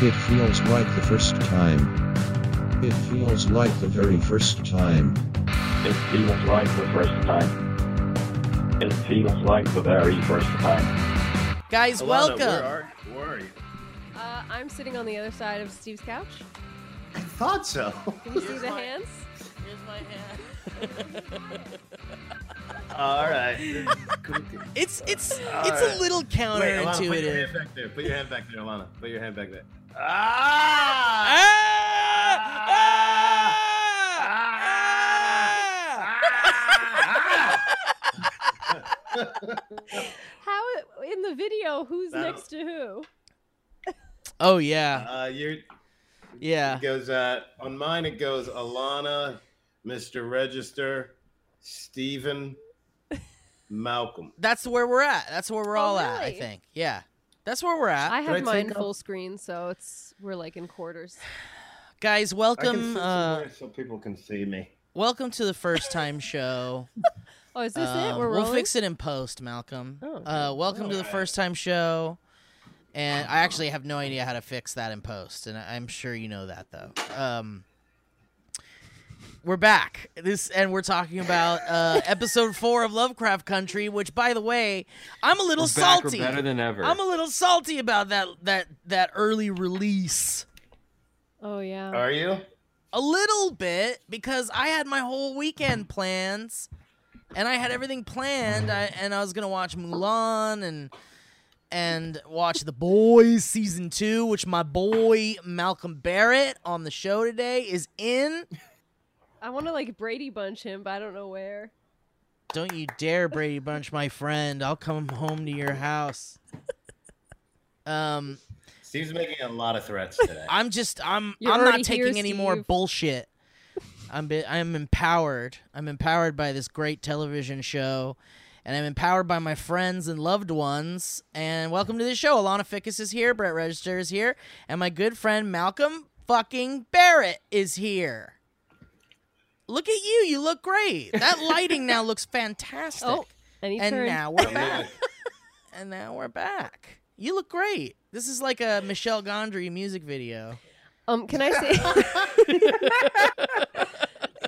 It feels like the first time. It feels like the very first time. It feels like the first time. It feels like the very first time. Guys, Alana, Where welcome. are, where are you? Uh, I'm sitting on the other side of Steve's couch. I thought so. Can you see Here's the my- hands? Here's my hand. All right. Good. It's it's All it's a right. little Alana, put your counterintuitive. hand back there. Put your hand back there, Alana. Put your hand back there. Ah! Ah! Ah! Ah! Ah! How in the video? Who's That'll- next to who? Oh yeah, Uh, you're, yeah. it goes uh, on mine. It goes Alana, Mr. Register, Stephen, Malcolm. That's where we're at. That's where we're Oh, all at. I really? think. Yeah, that's where we're at. I I have take mine up- full screen, so it's we're like in quarters. Guys, I can welcome. sit Uh, somewhere so people can see me. welcome to the first time show. Oh, is this Um, it? We're we'll rolling. fix it in post, Malcolm. Oh, uh, welcome to the Alright. first time show. And I actually have no idea how to fix that in post, and I- I'm sure you know that though. Um, we're back. This and we're talking about uh, episode four of Lovecraft Country, which, by the way, I'm a little We're back, we're salty. better than ever. I'm a little salty about that that that early release. Oh Uh. yeah. Are you? A little bit because I had my whole weekend plans, and I had everything planned. I, and I was gonna watch Mulan and and watch The Boys season two, which my boy Malcolm Barrett on the show today is in. I want to like Brady Bunch him, but I don't know where. Don't you dare, Brady Bunch, my friend. I'll come home to your house. Um, Steve's making a lot of threats today. I'm just I'm You're I'm not already here, taking any more Steve. bullshit. I'm be- I'm empowered. I'm empowered by this great television show, and I'm empowered by my friends and loved ones. And welcome to the show. Alana Ficus is here. Brett Register is here, and my good friend Malcolm fucking Barrett is here. Look at you. You look great. That lighting now looks fantastic. Oh, and he and turned. now we're back. and now we're back. You look great. This is like a Michelle Gondry music video. Um, can I say?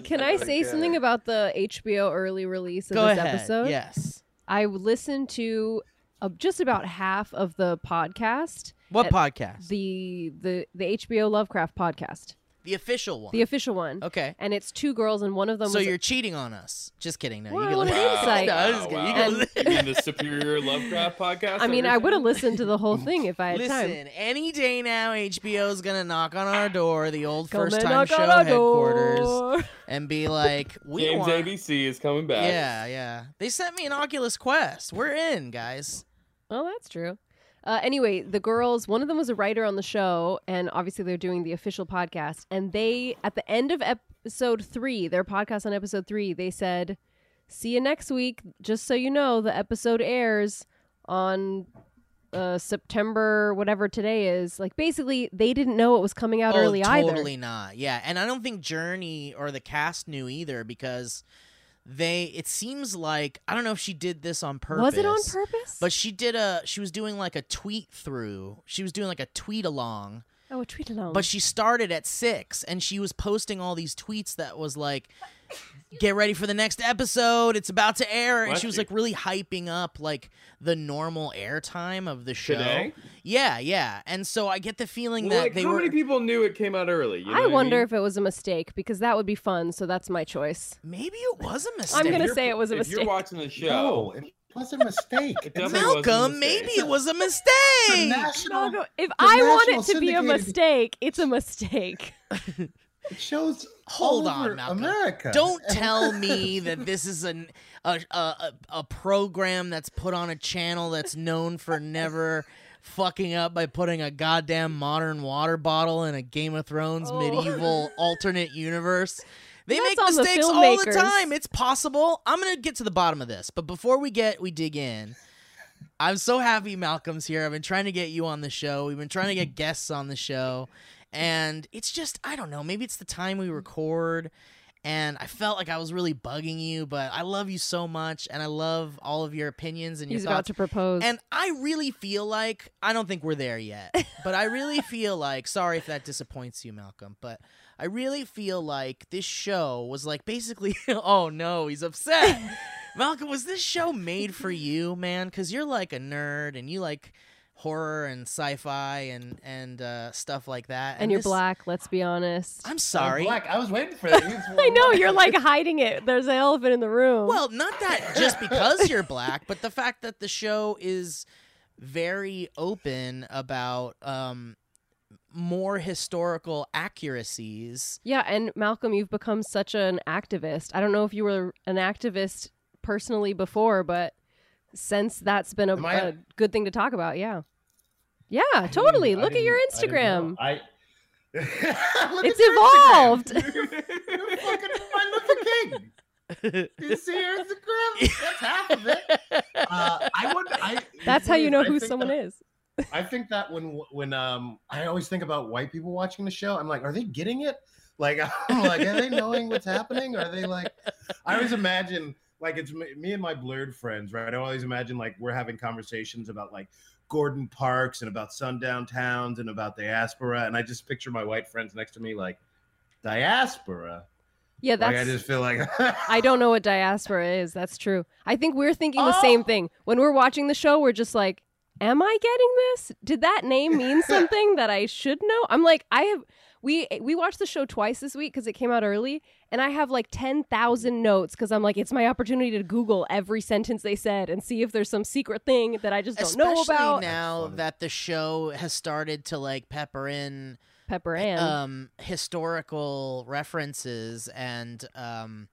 can I say something about the HBO early release of Go this ahead. episode? Yes. I listened to uh, just about half of the podcast, What At podcast? The, the the the HBO Lovecraft podcast, official one. the official one. okay. And it's two girls, and one of them. So was you're cheating on us. Just kidding. No, you Well, can an listen. insight. No, I'm just Wow, kidding. wow. You can you mean the Superior Lovecraft podcast? I mean, I would have listened to the whole thing if I had listen. time. Any day now, HBO's gonna knock on our door, the old Come first and time knock show on our headquarters, door. and be like, we James want. ABC is coming back. Yeah, yeah. They sent me an Oculus Quest. We're in, guys. Oh, that's true. Uh, anyway, the girls, one of them was a writer on the show, and obviously they're doing the official podcast. And they, at the end of episode three, their podcast on episode three, they said, See you next week. Just so you know, the episode airs on uh, September, whatever today is. Like, basically, they didn't know it was coming out oh, early totally either. not. Yeah, and I don't think Journey or the cast knew either because they. It seems like I don't know if she did this on purpose. Was it on purpose? But she did a she was doing like a tweet through. She was doing like a tweet along. oh, a tweet along. But she started at 6 and she was posting all these tweets that was like get ready for the next episode. It's about to air and What? she was like really hyping up like the normal airtime of the show. Today? Yeah, yeah. And so I get the feeling Well, that like, they how were many people knew it came out early? You know I what wonder mean? if it was a mistake because that would be fun. So that's my choice. maybe it was a mistake. I'm If gonna you're- say it was a If mistake. you're watching the show, no, it was a mistake. It It's definitely was a Malcolm, mistake. maybe it was a a mistake. national If The I want national it to be a syndicated- mistake, it's a mistake. It shows Hold all on, over Malcolm. America. Don't tell me that this is an, a, a a a program that's put on a channel that's known for never fucking up by putting a goddamn modern water bottle in a Game of Thrones Oh. medieval alternate universe. They That's make on the mistakes all the filmmakers. time. It's possible. I'm gonna get to the bottom of this, but before we get we dig in. I'm so happy Malcolm's here. I've been trying to get you on the show. We've been trying to get guests on the show. And it's just, I don't know, maybe it's the time we record And I felt like I was really bugging you, but I love you so much, and I love all of your opinions and your He's thoughts. about to propose. And I really feel like I don't think we're there yet, but I really feel like sorry if that disappoints you, Malcolm, but I really feel like this show was like basically oh no, he's upset. Malcolm, was this show made for you, man? Cuz you're like a nerd and you like horror and sci-fi and and uh, stuff like that. and you're this- black. Let's be honest. I'm sorry. Black. I was waiting for that. I know you're like hiding it. There's an elephant in the room. Well, not that just because you're black, but the fact that the show is very open about um, more historical accuracies. yeah, and Malcolm, you've become such an activist. I don't know if you were an activist personally before, but since that's been a, Am I- a good thing to talk about, yeah, yeah, totally. Look at your Instagram. I. Look It's at your Instagram. evolved. You're fucking Martin Luther King. Uh, You see your Instagram? That's half of it. Uh, I would. I, That's how you know who someone is. someone is. I think that when when um I always think about white people watching the show, I'm like, are they getting it? Like I'm like, are they knowing what's happening? Are they like? I always imagine like it's me me and my blurred friends, right? I always imagine like we're having conversations about like Gordon Parks and about sundown towns and about diaspora, and I just picture my white friends next to me like diaspora. Yeah, Like that's. I just feel like I don't know what diaspora is. That's true. I think we're thinking the same Oh! thing. When we're watching the show, we're just like, am I getting this? Did that name mean something that I should know? I'm like, I have we we watched the show twice this week cuz it came out early and I have like 10,000 notes cuz I'm like it's my opportunity to google every sentence they said and see if there's some secret thing that I just don't Especially know about. now That's funny. that the show has started to like pepper in Pepper uh, Ann. um historical references and um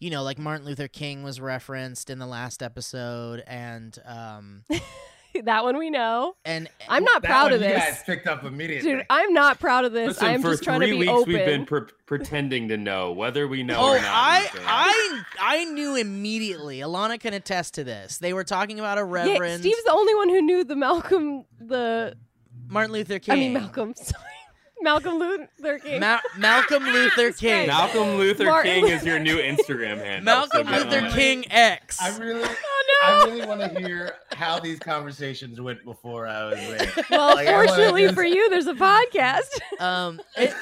you know like Martin Luther King was referenced in the last episode and um that one we know. and I'm not That proud one of You this. guys picked up immediately. Dude, I'm not proud of this. Listen, I'm for just trying to three be weeks open. we've been pre- pretending to know whether we know oh, or not. I, Ethan. I, I knew immediately. Alana can attest to this. They were talking about a reverend, Yeah, Steve's the only one who knew the Malcolm the Martin Luther King. I mean Malcolm. Sorry. Malcolm Luther King. Ma- Malcolm Luther King. Malcolm Luther Martin King is your new Instagram handle. Malcolm so get Luther on it. King X. I really, oh I really want to hear how these conversations went before I was there. no. Well, Like, I wanna fortunately just- for you, there's a podcast. Um, it-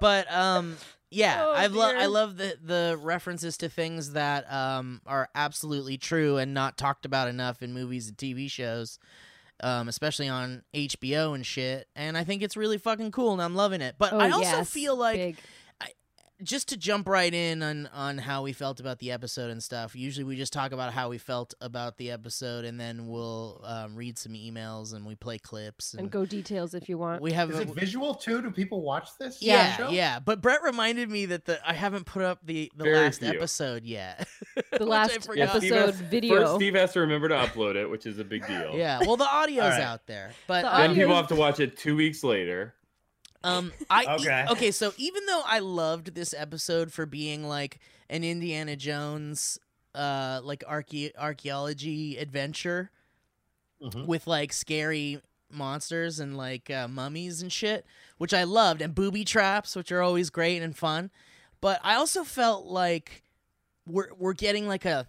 but um, yeah, Oh, I love I dear. love the the references to things that um are absolutely true and not talked about enough in movies and TV shows. Um, especially on HBO and shit, and I think it's really fucking cool, and I'm loving it. But Oh, I also yes. feel like Big. just to jump right in on on how we felt about the episode and stuff. Usually we just talk about how we felt about the episode, and then we'll um, read some emails and we play clips and, and go details if you want. we have Is it visual too? Do people watch this? yeah show? yeah. But Brett reminded me that the I haven't put up the the Very last few. episode yet. The Which I last forgot. Yeah, Steve episode has- First, video. Steve has to remember to upload it, which is a big deal. Yeah, well the audio's right. out there, but The Then Audio- people have to watch it two weeks later. Um, I e- okay. Okay. So even though I loved this episode for being like an Indiana Jones, uh, like archae- archaeology adventure Mhm. with like scary monsters and like uh, mummies and shit, which I loved, and booby traps, which are always great and fun. But I also felt like we're we're getting like a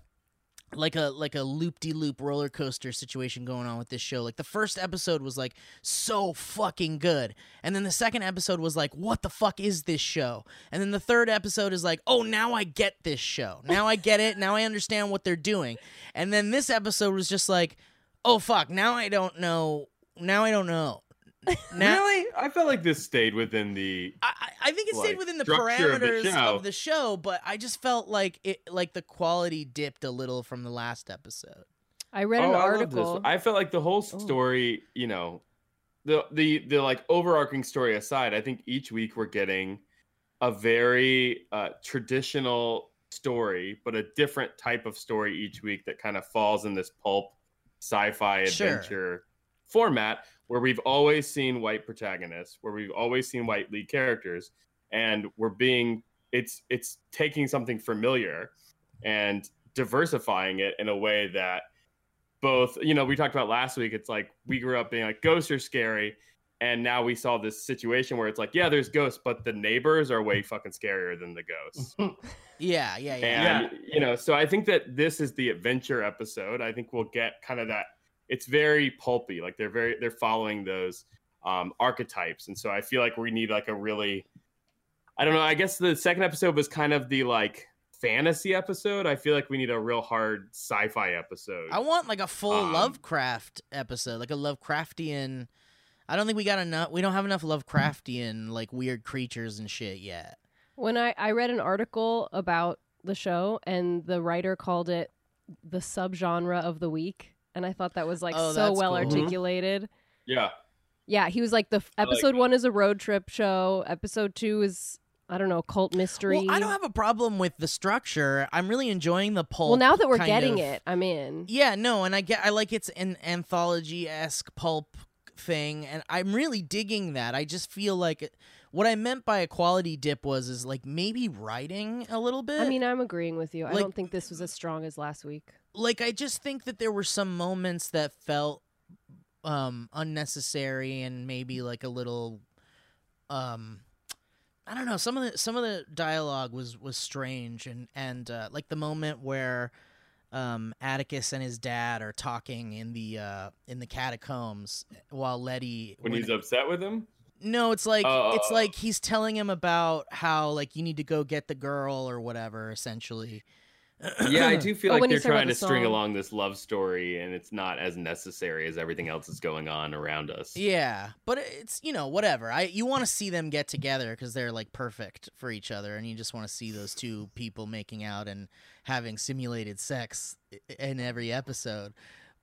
like a like a loop de loop roller coaster situation going on with this show. Like the first episode was like so fucking good. And then the second episode was like, what the fuck is this show? And then the third episode is like, oh, now I get this show. Now I get it. Now I understand what they're doing. And then this episode was just like, oh fuck, now I don't know. Now I don't know. Now really? I felt like this stayed within the. I, I- I think it stayed like, within the structure of the parameters show. of the show, but I just felt like it like the quality dipped a little from the last episode. I read an oh, I, article. love this. I felt like the whole Oh. story, you know, the the the like overarching story aside, I think each week we're getting a very uh, traditional story, but a different type of story each week that kind of falls in this pulp sci-fi Sure. adventure format where we've always seen white protagonists, where we've always seen white lead characters, and we're being it's it's taking something familiar and diversifying it in a way that both you know we talked about last week it's like we grew up being like ghosts are scary And now we saw this situation where it's like, yeah, there's ghosts, but the neighbors are way fucking scarier than the ghosts. Yeah, yeah, yeah. And you know, so I think that this is the adventure episode. I think we'll get kind of that. It's very pulpy, like they're very they're following those um, archetypes, and so I feel like we need like a really, I don't know. I guess the second episode was kind of the like fantasy episode. I feel like we need a real hard sci-fi episode. I want like a full Um, Lovecraft episode, like a Lovecraftian. I don't think we got enough. We don't have enough Lovecraftian like weird creatures and shit yet. When I, I read an article about the show and the writer called it the subgenre of the week, and I thought that was like Oh, so that's well cool. Mhm. articulated. yeah, Yeah, he was like the f- I like episode that. one is a road trip show. Episode two is I don't know cult mystery. Well, I don't have a problem with the structure. I'm really enjoying the pulp. Well, now that we're kind getting of- it, I'm in. Yeah, no, and I get I like it's an anthology esque pulp thing, and I'm really digging that. I just feel like it- what I meant by a quality dip was is like maybe writing a little bit. I mean, I'm agreeing with you. I Like- don't think this was as strong as last week. like I just think that there were some moments that felt um unnecessary and maybe like a little um I don't know some of the some of the dialogue was was strange and and uh, like the moment where um Atticus and his dad are talking in the uh in the catacombs while Letty when he's upset with him. no, it's like Oh, oh, it's oh. like he's telling him about how like you need to go get the girl or whatever essentially. yeah, I do feel Oh, like when they're he's talking about trying to the string song. along this love story, and it's not as necessary as everything else that's going on around us. Yeah, but it's you know whatever. I you want to see them get together because they're like perfect for each other, and you just want to see those two people making out and having simulated sex i- in every episode.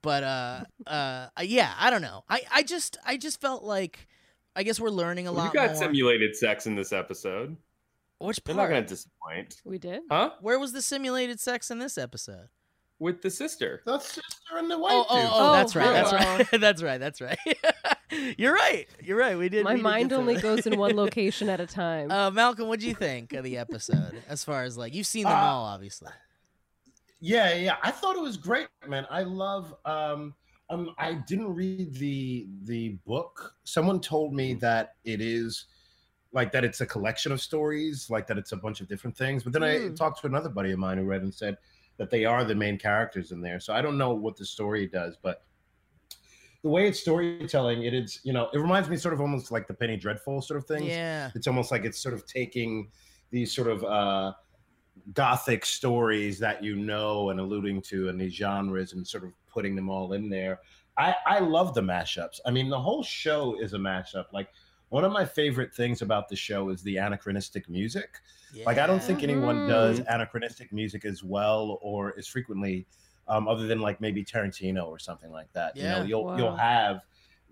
But uh, uh, yeah, I don't know. I I just I just felt like I guess we're learning a Well, lot you got more. simulated sex in this episode. Which They're part? not going to disappoint, We did. huh? Where was the simulated sex in this episode? With the sister. That's sister and the white Oh, dude. oh, oh, that's right. Oh, That's hello. right. that's right. That's right. You're right. You're right. We did. My we did mind get only some- goes in one location at a time. Uh, Malcolm, what do you think of the episode? As far as like you've seen them Uh, all, obviously. Yeah, yeah. I thought it was great, man. I love. Um, um, I didn't read the the book. Someone told me that it is like that. It's a collection of stories, like that. It's a bunch of different things. But then I Mm. talked to another buddy of mine who read and said that they are the main characters in there. So I don't know what the story does, but the way it's storytelling, it is. You know, it reminds me sort of almost like the Penny Dreadful sort of thing Yeah. it's almost like it's sort of taking these sort of uh, gothic stories that you know and alluding to and these genres and sort of putting them all in there i i love the mashups i mean the whole show is a mashup like one of my favorite things about the show is the anachronistic music like I don't think anyone Mhm. does Mm-hmm. anachronistic music as well or as frequently, um, other than like maybe Tarantino or something like that. You Yeah. know, you'll you'll Wow. have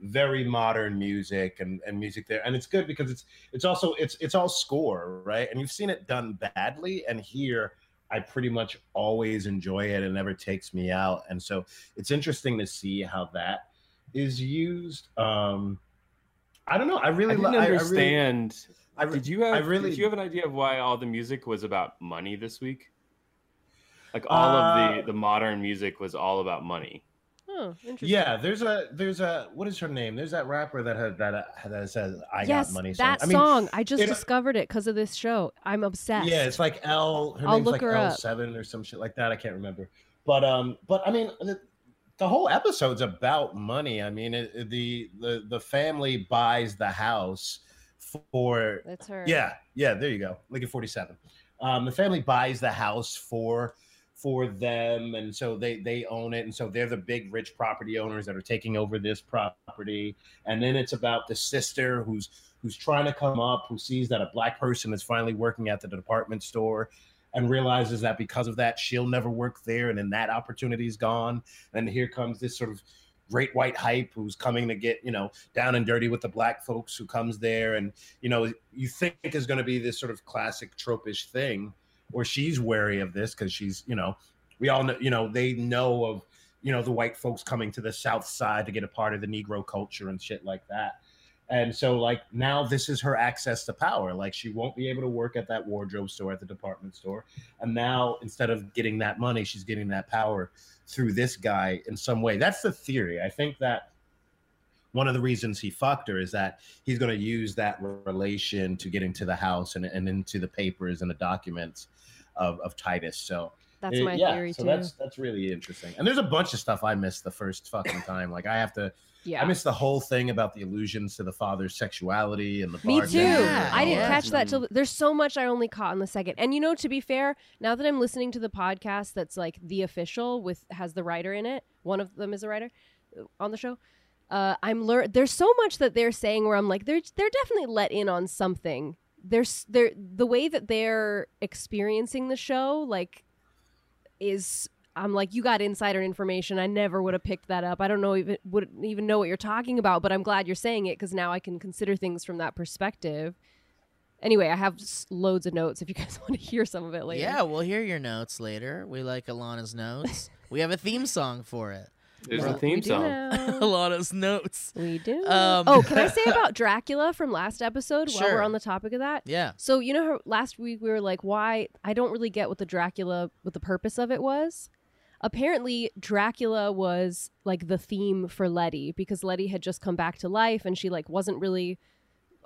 very modern music and, and music there. And it's good because it's it's also it's it's all score, right? And you've seen it done badly. And here I pretty much always enjoy it and never takes me out. And so it's interesting to see how that is used. Um I don't know. I I really didn't lo- I- I really- understand. I re- did you have? I really- did you have an idea of why all the music was about money this week? Like all of Uh, the the modern music was all about money. Huh, interesting. Yeah, there's a there's a what is her name? There's that rapper that had that uh, that says I yes, got money. song. that I mean, song. I just it- discovered it because of this show. I'm obsessed. Yeah, it's like L. Her I'll name's look like her L up. seven or some shit like that. I can't remember. But um, but I mean, the, the whole episode's about money. I mean, it, it- the the the family buys the house for that's her. yeah, yeah. There you go. Lincoln forty seven. Um, the family buys the house for for them, and so they they own it, and so they're the big rich property owners that are taking over this property. And then it's about the sister who's who's trying to come up, who sees that a black person is finally working at the department store. And realizes that because of that, she'll never work there, and then that opportunity's gone. And here comes this sort of great white hype who's coming to get you know down and dirty with the black folks who comes there, and you know, you think is going to be this sort of classic tropish thing, or she's wary of this because she's, you know, we all know, you know, they know of, you know, the white folks coming to the South Side to get a part of the Negro culture and shit like that. And so, like, now this is her access to power. Like, she won't be able to work at that wardrobe store, at the department store. And now, instead of getting that money, she's getting that power through this guy in some way. That's the theory. I think that one of the reasons he fucked her is that he's going to use that relation to get into the house and, and into the papers and the documents of, of Titus. So That's Uh, it- my Eh, yeah, theory so too. that's that's really interesting. And there's a bunch of stuff I missed the first fucking time. Like I have to, I yeah. missed the whole thing about the allusions to the father's sexuality and the Me bartender too. and I all didn't that. catch that till there's so much I only caught in the second. And you know, to be fair, now that I'm listening to the podcast that's like the official with has the writer in it, one of them is a writer uh, on the show. Uh, I'm lear- there's so much that they're saying where I'm like they're they're definitely let in on something. There's they're the way that they're experiencing the show like is I'm like you got insider information. I never would have picked that up. I don't know even wouldn't even know what you're talking about, but I'm glad you're saying it because now I can consider things from that perspective. Anyway, I have s- loads of notes if you guys want to hear some of it later. Yeah, we'll hear your notes later. We like Alana's notes. we have a theme song for it. There's Well, a we theme do song. now. Alana's notes. we do. Um, oh, can I say about Dracula from last episode while Sure. we're on the topic of that? Yeah. So you know how last week we were like, why I don't really get what the Dracula what the purpose of it was. Apparently Dracula was like the theme for Letty because Letty had just come back to life and she like wasn't really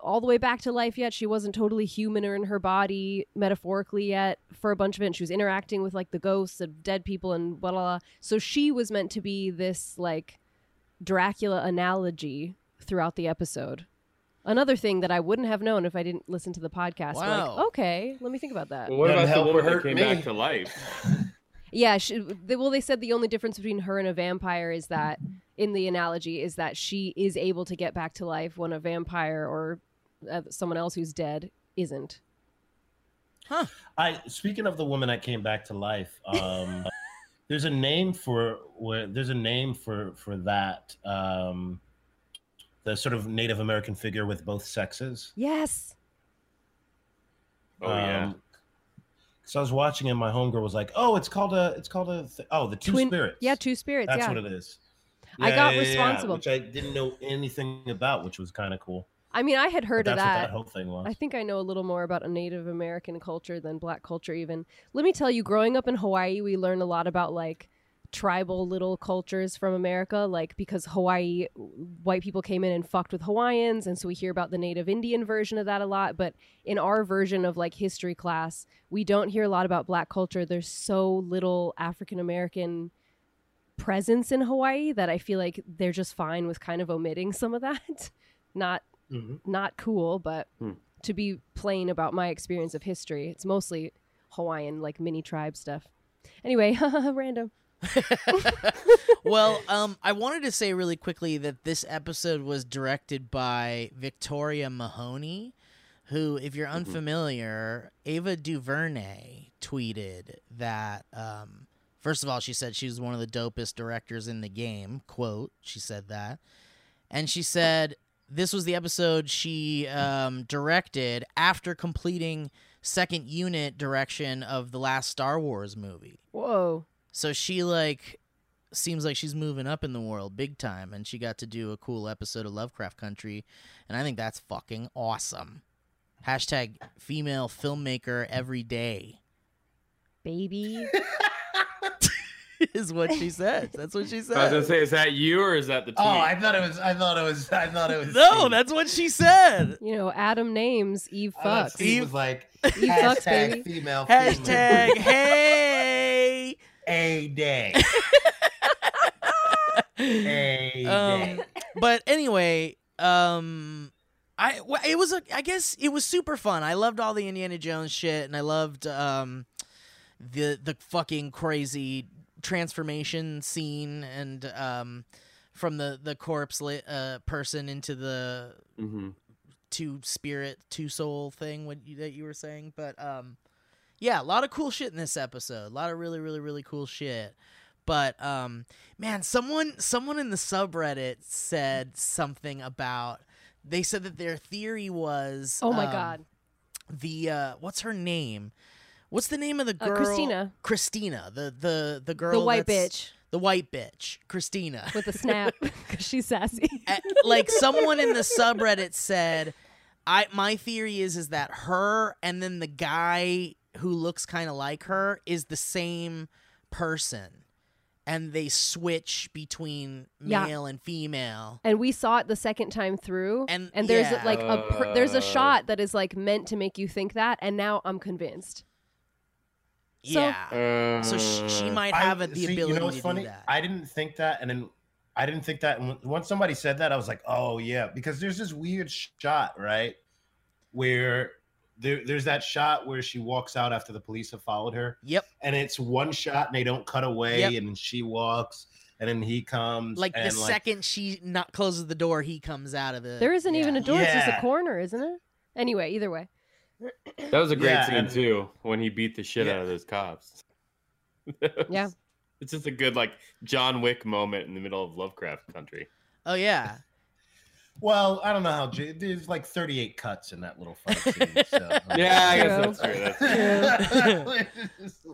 all the way back to life yet. She wasn't totally human or in her body metaphorically yet for a bunch of it. And she was interacting with like the ghosts of dead people and blah blah. blah. So she was meant to be this like Dracula analogy throughout the episode. Another thing that I wouldn't have known if I didn't listen to the podcast. Wow. Like, okay, let me think about that. Well, what Doesn't about the help woman or that hurt came me. back to life? Yeah, she, they, well, they said the only difference between her and a vampire is that, in the analogy, is that she is able to get back to life when a vampire or uh, someone else who's dead isn't. I speaking of the woman that came back to life, um, there's a name for where there's a name for for that um, the sort of Native American figure with both sexes. Yes. Oh Um, yeah. Because I was watching and my homegirl was like, "Oh, it's called a it's called a th- oh the two Twin- spirits." Yeah, two spirits. That's yeah. what it is. I got responsible. which I didn't know anything about, which was kind of cool. I mean, I had But heard that's what of that. that whole thing was. I think I know a little more about a Native American culture than black culture, even. Let me tell you, growing up in Hawaii, we learn a lot about like tribal little cultures from America, like because Hawaii, white people came in and fucked with Hawaiians. And so we hear about the Native Indian version of that a lot. But in our version of like history class, we don't hear a lot about black culture. There's so little African American presence in Hawaii that I feel like they're just fine with kind of omitting some of that. Not Mhm. not cool, but Hmm. to be plain about my experience of history, it's mostly Hawaiian like mini tribe stuff. Anyway, random. well, um, I wanted to say really quickly that this episode was directed by Victoria Mahoney, who, if you're unfamiliar, Ava DuVernay tweeted that. Um, first of all, she said she was one of the dopest directors in the game. Quote, she said that, and she said this was the episode she um, directed after completing second unit direction of the last Star Wars movie. Whoa. So she like seems like she's moving up in the world big time and she got to do a cool episode of Lovecraft Country and I think that's fucking awesome. Hashtag female filmmaker every day Baby. is what she says. That's what she I was gonna said. say, is that you or is that the tweet? Oh, I thought it was. I thought it was. I thought it was. No, Steve. that's what she said. you know, Adam names Eve Oh, I thought fucks. Steve was like Eve fucks, hashtag baby. female Hashtag hey. a day a Um, day. but anyway, um, I well, it was a I guess it was super fun. I loved all the Indiana Jones shit, and I loved um, the the fucking crazy transformation scene and um, from the the corpse li- uh, person into the Mhm. two spirit two soul thing what you, that you were saying but um yeah a lot of cool shit in this episode a lot of really really really cool shit but um man someone someone in the subreddit said something about they said that their theory was Oh my um, god. the uh what's her name what's the name of the Uh, girl Christina, christina the the the girl the white that's- bitch the white bitch christina with a snap because she's sassy. a- like someone in the subreddit said i my theory is is that her and then the guy who looks kind of like her is the same person and they switch between Yeah. male and female. and we saw it the second time through And and there's yeah. like a per- there's Uh. a shot that is like meant to make you think that and now i'm convinced so- yeah. Uh, So she, she might I- have a- the see, ability You know what's to funny? do that. I didn't think that, and then I didn't think that. And when- once somebody said that, I was like, oh yeah, because there's this weird shot, right, where there, there's that shot where she walks out after the police have followed her, yep. and it's one shot, and they don't cut away, Yep. and she walks, and then he comes, Like the and, second she not closes the door, he comes out of the. there isn't even yeah. a door it's just a Yeah. corner isn't it anyway either way that was a great Yeah, scene and- too when he beat the shit Yeah. out of those cops. Yeah. It's just a good like John Wick moment in the middle of Lovecraft Country. Oh yeah. Well, I don't know how. J- There's like 38 cuts in that little fight scene. So. um, Yeah, I True. guess that's true. That's true.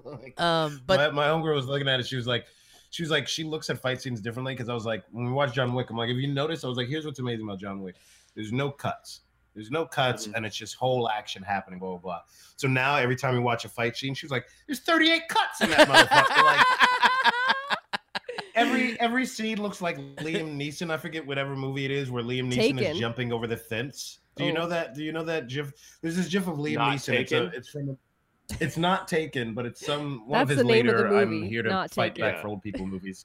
Like- Um, but my, my homegirl was looking at it. She was like, she was like, she looks at fight scenes differently because I was like, when we watch John Wick, I'm like, if you notice, I was like, here's what's amazing about John Wick. There's no cuts. There's no cuts, Mhm. and it's just whole action happening, blah blah blah. So now every time we watch a fight scene, she was like, "There's 38 cuts in that motherfucker." like every every scene looks like Liam Neeson. I forget whatever movie it is where Liam Neeson Taken. is jumping over the fence. Do you Oh. know that? Do you know that GIF? There's this GIF of Liam Not Neeson. It's, a, Taken? it's from. a- it's not taken, but it's some one That's of his the name of later. the movie, I'm here to Not fight Taken. back for old people movies,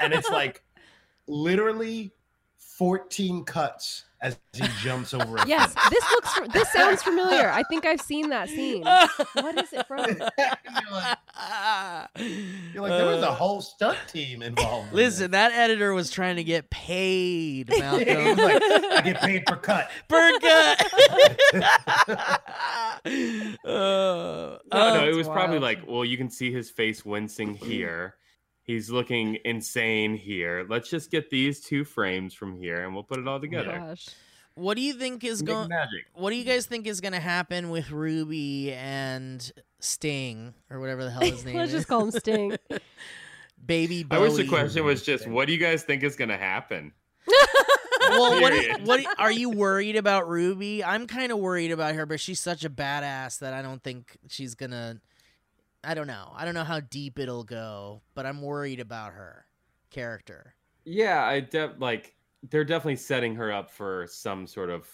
and it's like literally 14 cuts as he jumps over. A yes this looks fa- this sounds familiar i think i've seen that scene what is it from fence. you're, like, you're like, there was Uh, a whole stunt team involved. in Uh, Listen, this." that editor was trying to get paid, He was Malcolm. like, I get paid per cut. Burka. Uh, No, no, um, it was probably wild. like, well, you can see his face wincing here. He's looking insane here. Let's just get these two frames from here and we'll put it all together. gosh what do you think is Big going? magic. What do you guys think is going to happen with Ruby and Sting or whatever the hell his name Let's is? just call him Sting. Baby I Bowie. wish the question was just, what do you guys think is going to happen? well, what, Period. what are you worried about Ruby? I'm kind of worried about her, but she's such a badass that I don't think she's gonna. I don't know. I don't know how deep it'll go, but I'm worried about her character. Yeah, I de- like they're definitely setting her up for some sort of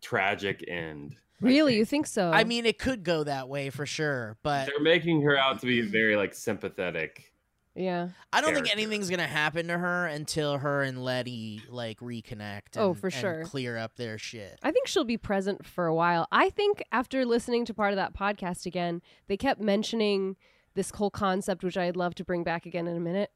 tragic end. I really, you think think. so? I mean, it could go that way for sure, but they're making her out to be very like sympathetic. yeah. I don't think character. anything's gonna happen to her until her and Letty like reconnect. And, Oh, for and sure. clear up their shit. I think she'll be present for a while. I think after listening to part of that podcast again, they kept mentioning this whole concept, which I'd love to bring back again in a minute,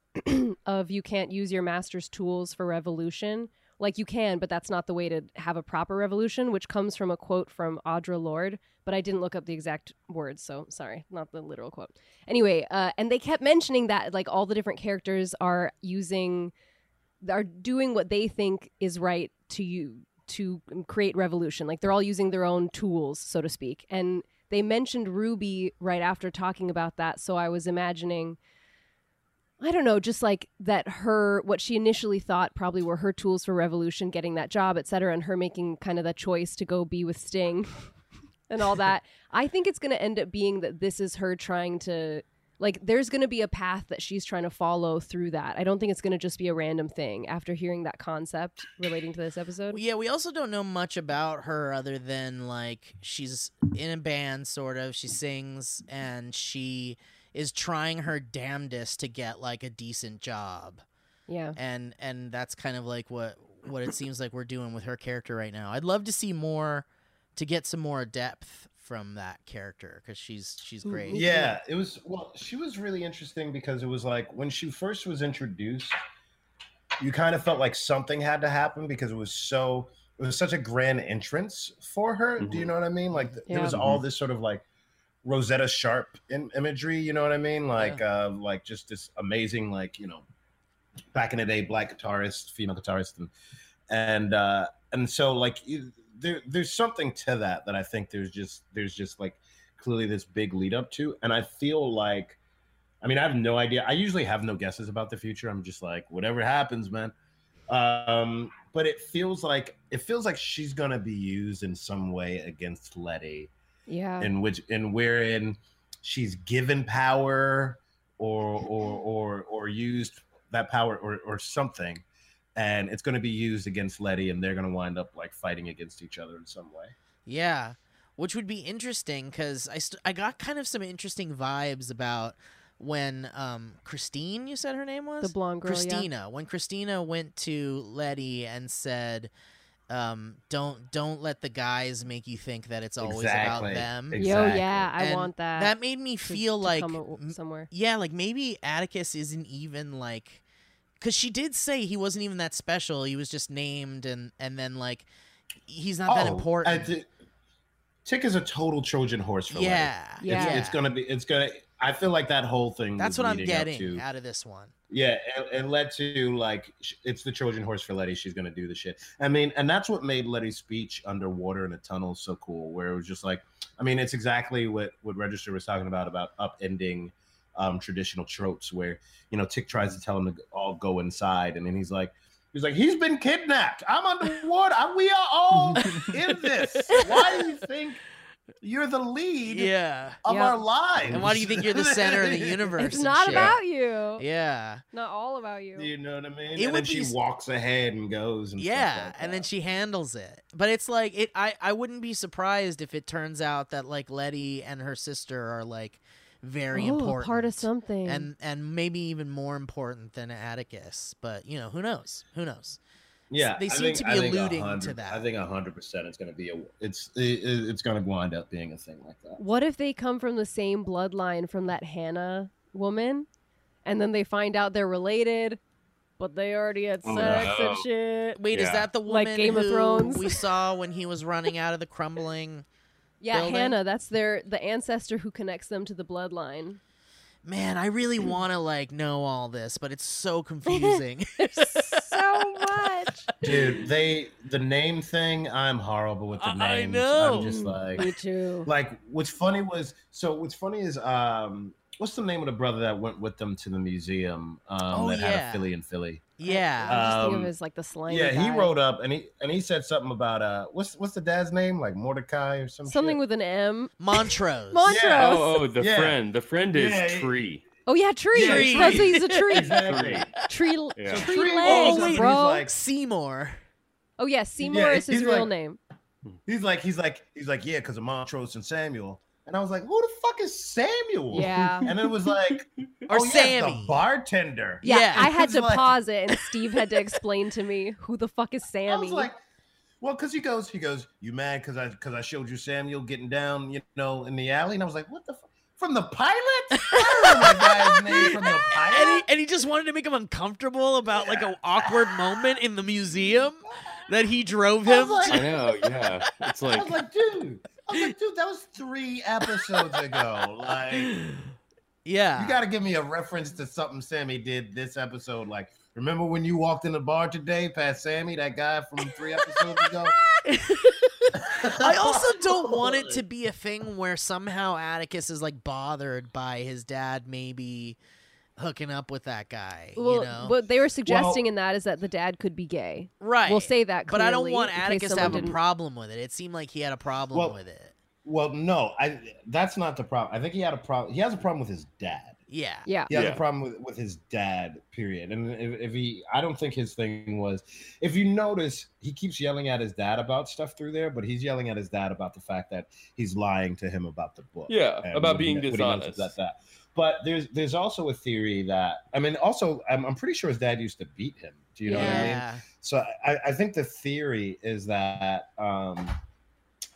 of you can't use your master's tools for revolution. Like you can, but that's not the way to have a proper revolution, which comes from a quote from Audre Lorde. But I didn't look up the exact words, so sorry, not the literal quote. Anyway, uh, and they kept mentioning that like all the different characters are using, are doing what they think is right to you to um, create revolution. Like they're all using their own tools, so to speak. And they mentioned Ruby right after talking about that, so I was imagining I don't know, just like that her what she initially thought probably were her tools for revolution, getting that job, et cetera, and her making kind of that choice to go be with Sting and all that. I think it's gonna end up being that this is her trying to like there's going to be a path that she's trying to follow through that. I don't think it's going to just be a random thing after hearing that concept relating to this episode. Well, yeah, we also don't know much about her other than like she's in a band, sort of. She sings and she is trying her damnedest to get like a decent job, yeah. and and that's kind of like what what it seems like we're doing with her character right now. I'd love to see more to get some more depth from that character because she's she's Mm, great. me Yeah, it was well, she was really interesting because it was like when she first was introduced, you kind of felt like something had to happen because it was so it was such a grand entrance for her. Do you Mhm. know what I mean? Like th- there was Yeah. all this sort of like Rosetta Sharp in- imagery, you know what I mean? Like uh like just this amazing like, you know, back in the day black guitarist, female guitarist and and uh and so like you- there there's something to that that I think there's just there's just like clearly this big lead up to. And I feel like, I mean, I have no idea. I usually have no guesses about the future. I'm just like, whatever happens, man. Um, but it feels like it feels like she's gonna be used in some way against Letty, Oh. Yeah. in which in wherein she's given power or or or or used that power or or something, and it's going to be used against Letty, and they're going to wind up like fighting against each other in some way. Yeah, which would be interesting because I st- I got kind of some interesting vibes about when um Christine, you said her name was The blonde girl. Christina. When Christina went to Letty and said, um, "Don't don't let the guys make you think that it's always about Exactly. them." Yeah. Yo, Exactly. yeah, I And want that. That made me to- feel to like come o- m- somewhere. yeah, like maybe Atticus isn't even like cuz she did say he wasn't even that special. He was just named and and then like he's not that Oh, important. I thi- Tick is a total Trojan horse for Letty. yeah. Yeah. It's, it's gonna be. It's gonna. I feel like that whole thing. That's was what I'm leading up getting to- out of this one. Yeah, and, and led to like sh- it's the Trojan horse for Letty. She's gonna do the shit. I mean, and that's what made Letty's speech underwater in a tunnel so cool, where it was just like, I mean, it's exactly what what Register was talking about about upending um, traditional tropes, where you know Tick tries to tell him to g- all go inside, and then he's like. He's like, he's been kidnapped. I'm underwater. I- We are all in this. Why do you think you're the lead Yeah. of Yep. our lives? And why do you think you're the center of the universe? It's and not shit? about you. Yeah. Not all about you. Do you know what I mean? It and would be then she s- walks ahead and goes. And stuff yeah, like and then that. she handles it. But it's like it I I wouldn't be surprised if it turns out that like Letty and her sister are like very oh, important A part of something. and and maybe even more important than Atticus. But you know, who knows? Who knows? yeah, they I seem think- to be I think alluding to 100 that. I think hundred percent it's going to be a it's it, it- it's going to wind up being a thing like that. what if they come from the same bloodline from that Hannah woman, and then they find out they're related, but they already had Oh, sex no. and shit? Wait, is Yeah. that the woman Like Game of who Thrones. we saw when he was running out of the crumbling? Yeah, Building? Hannah. That's their the ancestor who connects them to the bloodline. Man, I really want to like know all this, but it's so confusing. so much. Dude, they the name thing. I'm horrible with the I- names. I know. am just like Me too. like what's funny was so what's funny is um what's the name of the brother that went with them to the museum um Oh, that had yeah. a Philly and Philly. I yeah. just think of Um, it as like the slang. yeah, he wrote up and he and he said something about uh what's what's the dad's name like Mordecai or some something shit? with an M. Montrose. Montrose. Oh, oh, the Yeah. friend. The friend is Yeah. tree. Oh yeah, tree. Yeah, tree. tree. That's he's a tree. exactly. Tree. Yeah. Tree, Tree legs, walks up and he's bro. like- Seymour. oh yeah, Seymour Yeah, is his he's real like- name. He's like, he's like, he's like, yeah, because of Montrose and Samuel. And I was like, who the fuck is Samuel? Yeah. And it was like, Or oh, yes, Sammy. the bartender. Yeah, Yeah. I had It's to like- pause it, and Steve had to explain to me who the fuck is Sammy. I was like, well, because he goes, he goes, you mad because I because I showed you Samuel getting down, you know, in the alley, and I was like, what the fuck? From the pilot? Oh I don't know the guy's name from the and he, pilot. and he just wanted to make him uncomfortable about like an awkward moment in the museum that he drove I was him like- I know. Yeah. It's I like was like, dude, I was like, dude, that was three episodes ago. Like. to. Yeah. You got to give me a reference to something Sammy did this episode. Like, remember when you walked in the bar today past Sammy, that guy from three episodes ago? I also don't want it to be a thing where somehow Atticus is like bothered by his dad maybe hooking up with that guy. well, you know? what they were suggesting in that is that the dad could be gay. right. We'll say that, but I don't clearly, want in case Atticus to someone have a didn't- problem with it. It seemed like he had a problem Well- with it. Well, no, I. That's not the problem. I think he had a problem. He has a problem with his dad. Yeah. Yeah, He has Yeah. a problem with, with his dad. Period. And if, if he, I don't think his thing was. If you notice, he keeps yelling at his dad about stuff through there, but he's yelling at his dad about the fact that he's lying to him about the book. yeah, and about what he being kn- what he knows dishonest. about that. But there's there's also a theory that I mean, also I'm, I'm pretty sure his dad used to beat him. Do you know what I mean? yeah. So I, I think the theory is that um,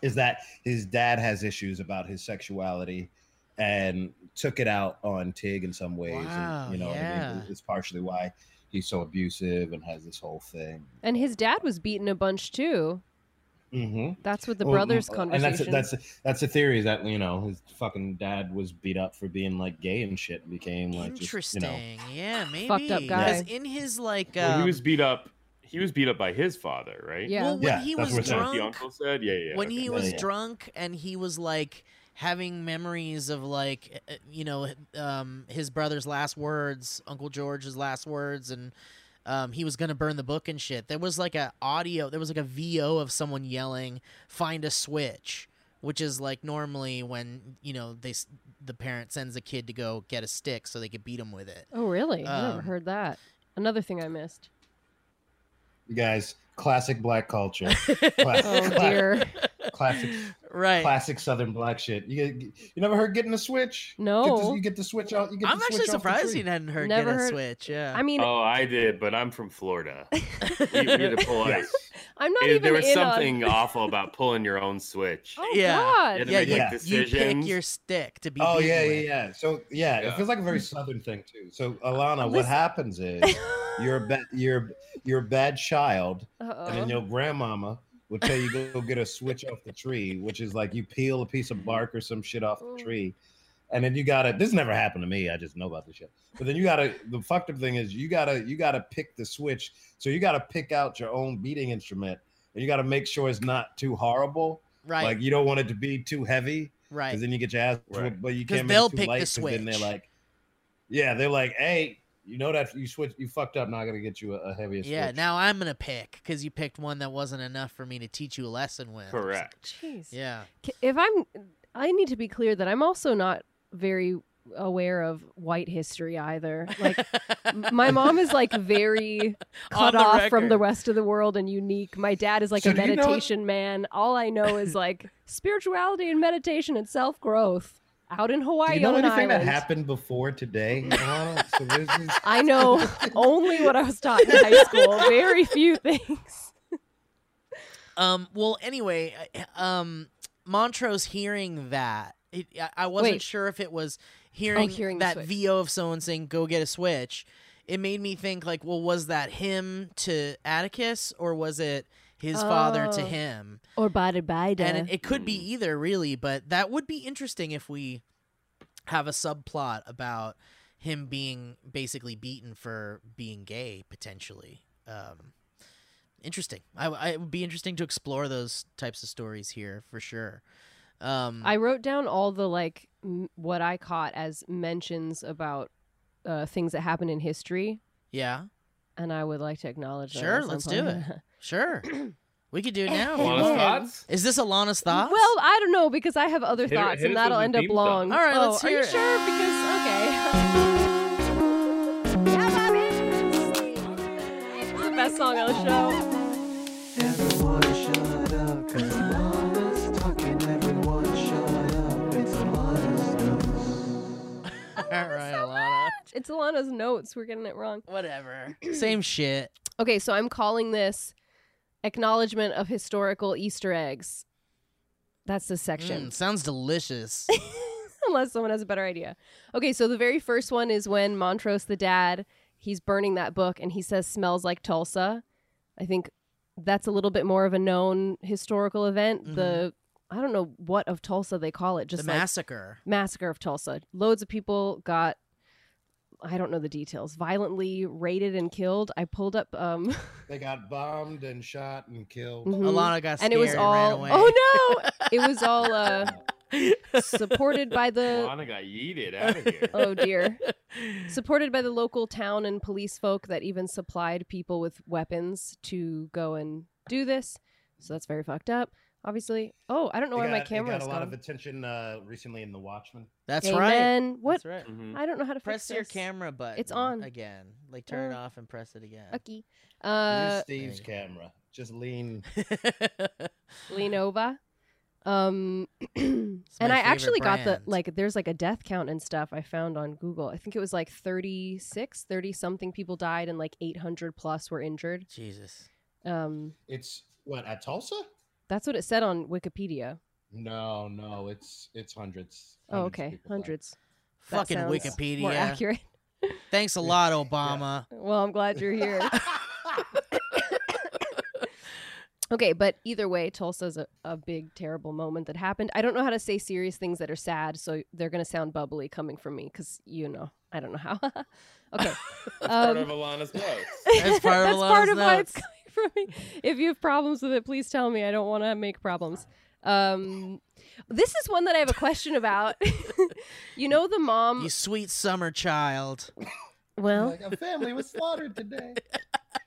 is that his dad has issues about his sexuality and took it out on Tig in some ways. Wow, and, you know, what I mean? yeah. it's partially why he's so abusive and has this whole thing. and his dad was beaten a bunch too. Mm-hmm. That's what the Well, brothers' uh, conversation. And that's that's that's a theory that you know his fucking dad was beat up for being like gay and shit and became like just, you Interesting. know. yeah, maybe. Fucked up Because guy. in his like. Um, Well, he was beat up. He was beat up by his father, right? yeah, Well, when Yeah, he that's was what it That's what sounds. the drunk, uncle said. Yeah, yeah. when okay. he Yeah, was yeah. drunk and he was like having memories of like uh, you know um, his brother's last words uncle george's last words and um, he was gonna burn the book and shit there was like a audio there was like a vo of someone yelling find a switch which is like normally when you know they s- the parent sends a kid to go get a stick so they could beat him with it. Oh, really? I never Um, heard that. Another thing I missed. You guys, classic black culture, Oh dear. classic, right. classic Southern black shit. You get, you never heard getting a switch? Get the, No. you get the switch out. You get I'm the actually switch off the surprised tree. you hadn't heard Never get a heard- switch. Yeah. I mean, Oh, I did, but I'm from Florida. You, you're the polite. Yes. I'm not It- even there was in something on. awful about pulling your own switch. Oh Yeah. You had God. to yeah, make you, like you pick decisions. your stick to be. Oh beaten yeah, yeah, with. yeah. So yeah, it Yeah. feels like a very southern thing too. So Alana, what Listen- happens is you're a bad you're you're a bad child, and then Uh-oh. Uh-huh. your grandmama will tell you go get a switch off the tree, which is like you peel a piece of Mm-hmm. bark or some shit off Oh. the tree, and then you gotta. This never happened to me. I just know about this shit. But then you gotta. The fucked up thing is you gotta you gotta pick the switch. So you gotta pick out your own beating instrument, and you gotta make sure it's not too horrible. Right. Like you don't want it to be too heavy. right. Because then you get your ass whooped, Right. but you 'Cause can't they'll make it too pick the light, 'cause Then they're switch. like, yeah, they're like, hey, you know that you switch, you fucked up. Now I gotta get you a, a heavier switch. yeah. Now I'm gonna pick because you picked one that wasn't enough for me to teach you a lesson with. Correct. Jeez. Yeah. K- If I'm, I need to be clear that I'm also not very aware of white history either. Like m- my mom is like very On cut the off from the record. rest of the world and unique. My dad is like So a do you know what- meditation man. All I know is like spirituality and meditation and self growth out in Do Hawaii you know on an anything that island. happened before today? Alana? so this is- I know only what I was taught in high school. Very few things. Um. Well, anyway, I- um, Montrose hearing that, it, I- I wasn't Wait. Oh, sure if it was hearing, hearing the that switch. VO of someone saying "Go get a switch." It made me think, like, well, was that him to Atticus, or was it his father to Oh. him? Or bada bada. And it, it could be Mm. either, really. But that would be interesting if we have a subplot about him being basically beaten for being gay, potentially. Um, interesting. I, I- it would be interesting to explore those types of stories here for sure. Um, I wrote down all the like m- what I caught as mentions about uh, things that happen in history, yeah, and I would like to acknowledge. that at Sure, some let's point. do it. sure. we could do it now. if you Alana's want. thoughts? Is this Alana's thoughts? Well, I don't know because I have other Hit her- thoughts, hit and us that'll with end the up theme song. long. All right, Oh, let's are hear you it. sure? Because okay. It's the best song on the show. Everyone shut up, cause Alana's talking. Everyone shut up, it's Alana's notes. all right, Alana. It's Alana's notes. We're getting it wrong. Whatever. Same shit. Mm, Okay, so I'm calling this acknowledgement of historical Easter eggs. That's the section. Mm, sounds delicious. unless someone has a better idea. Okay, so the very first one is when Montrose the dad, he's burning that book and he says smells like Tulsa. I think that's a little bit more of a known historical event. The I don't know what of Tulsa they call it, Mm-hmm. the just like massacre. massacre of Tulsa. Loads of people got I don't know the details. Violently raided and killed. I pulled up um they got bombed and shot and killed. mhm. Alana got scared and it was ran all away. Oh no. It was all uh supported by the Alana got yeeted out of here. Oh dear. supported by the local town and police folk that even supplied people with weapons to go and do this. So that's very fucked up, obviously. Oh, I don't know They where my got- they camera got is a gone. lot of attention uh, recently in The Watchmen. That's right. Amen. What? That's right. Mhm. I don't know how to Press fix your this. camera button. on. again. Like turn it Oh. off and press it again. Fucky. Use Uh, Steve's there camera. Just lean. Lenova. Um, and my I favorite actually got brand. the like. There's like a death count and stuff I found on Google. I think it was like 36, 30 something people died, and like 800 plus were injured. Jesus. Um, It's what at Tulsa? that's what it said on Wikipedia. No, no, it's it's hundreds. Oh, of okay, people died. hundreds. That Fucking sounds More Wikipedia. accurate. Thanks a lot, Obama. Well, I'm glad you're here. okay, but either way, Tulsa's a, a big, terrible moment that happened. I don't know how to say serious things that are sad, so they're going to sound bubbly coming from me because, you know, I don't know how. okay. Part of Um, Alana's notes. That's part of that's part Alana's of why notes. it's coming from me. If you have problems with it, please tell me. I don't want to make problems. Um, this is one that I have a question about. you know, the mom. You sweet summer child. well, Like a family was slaughtered today.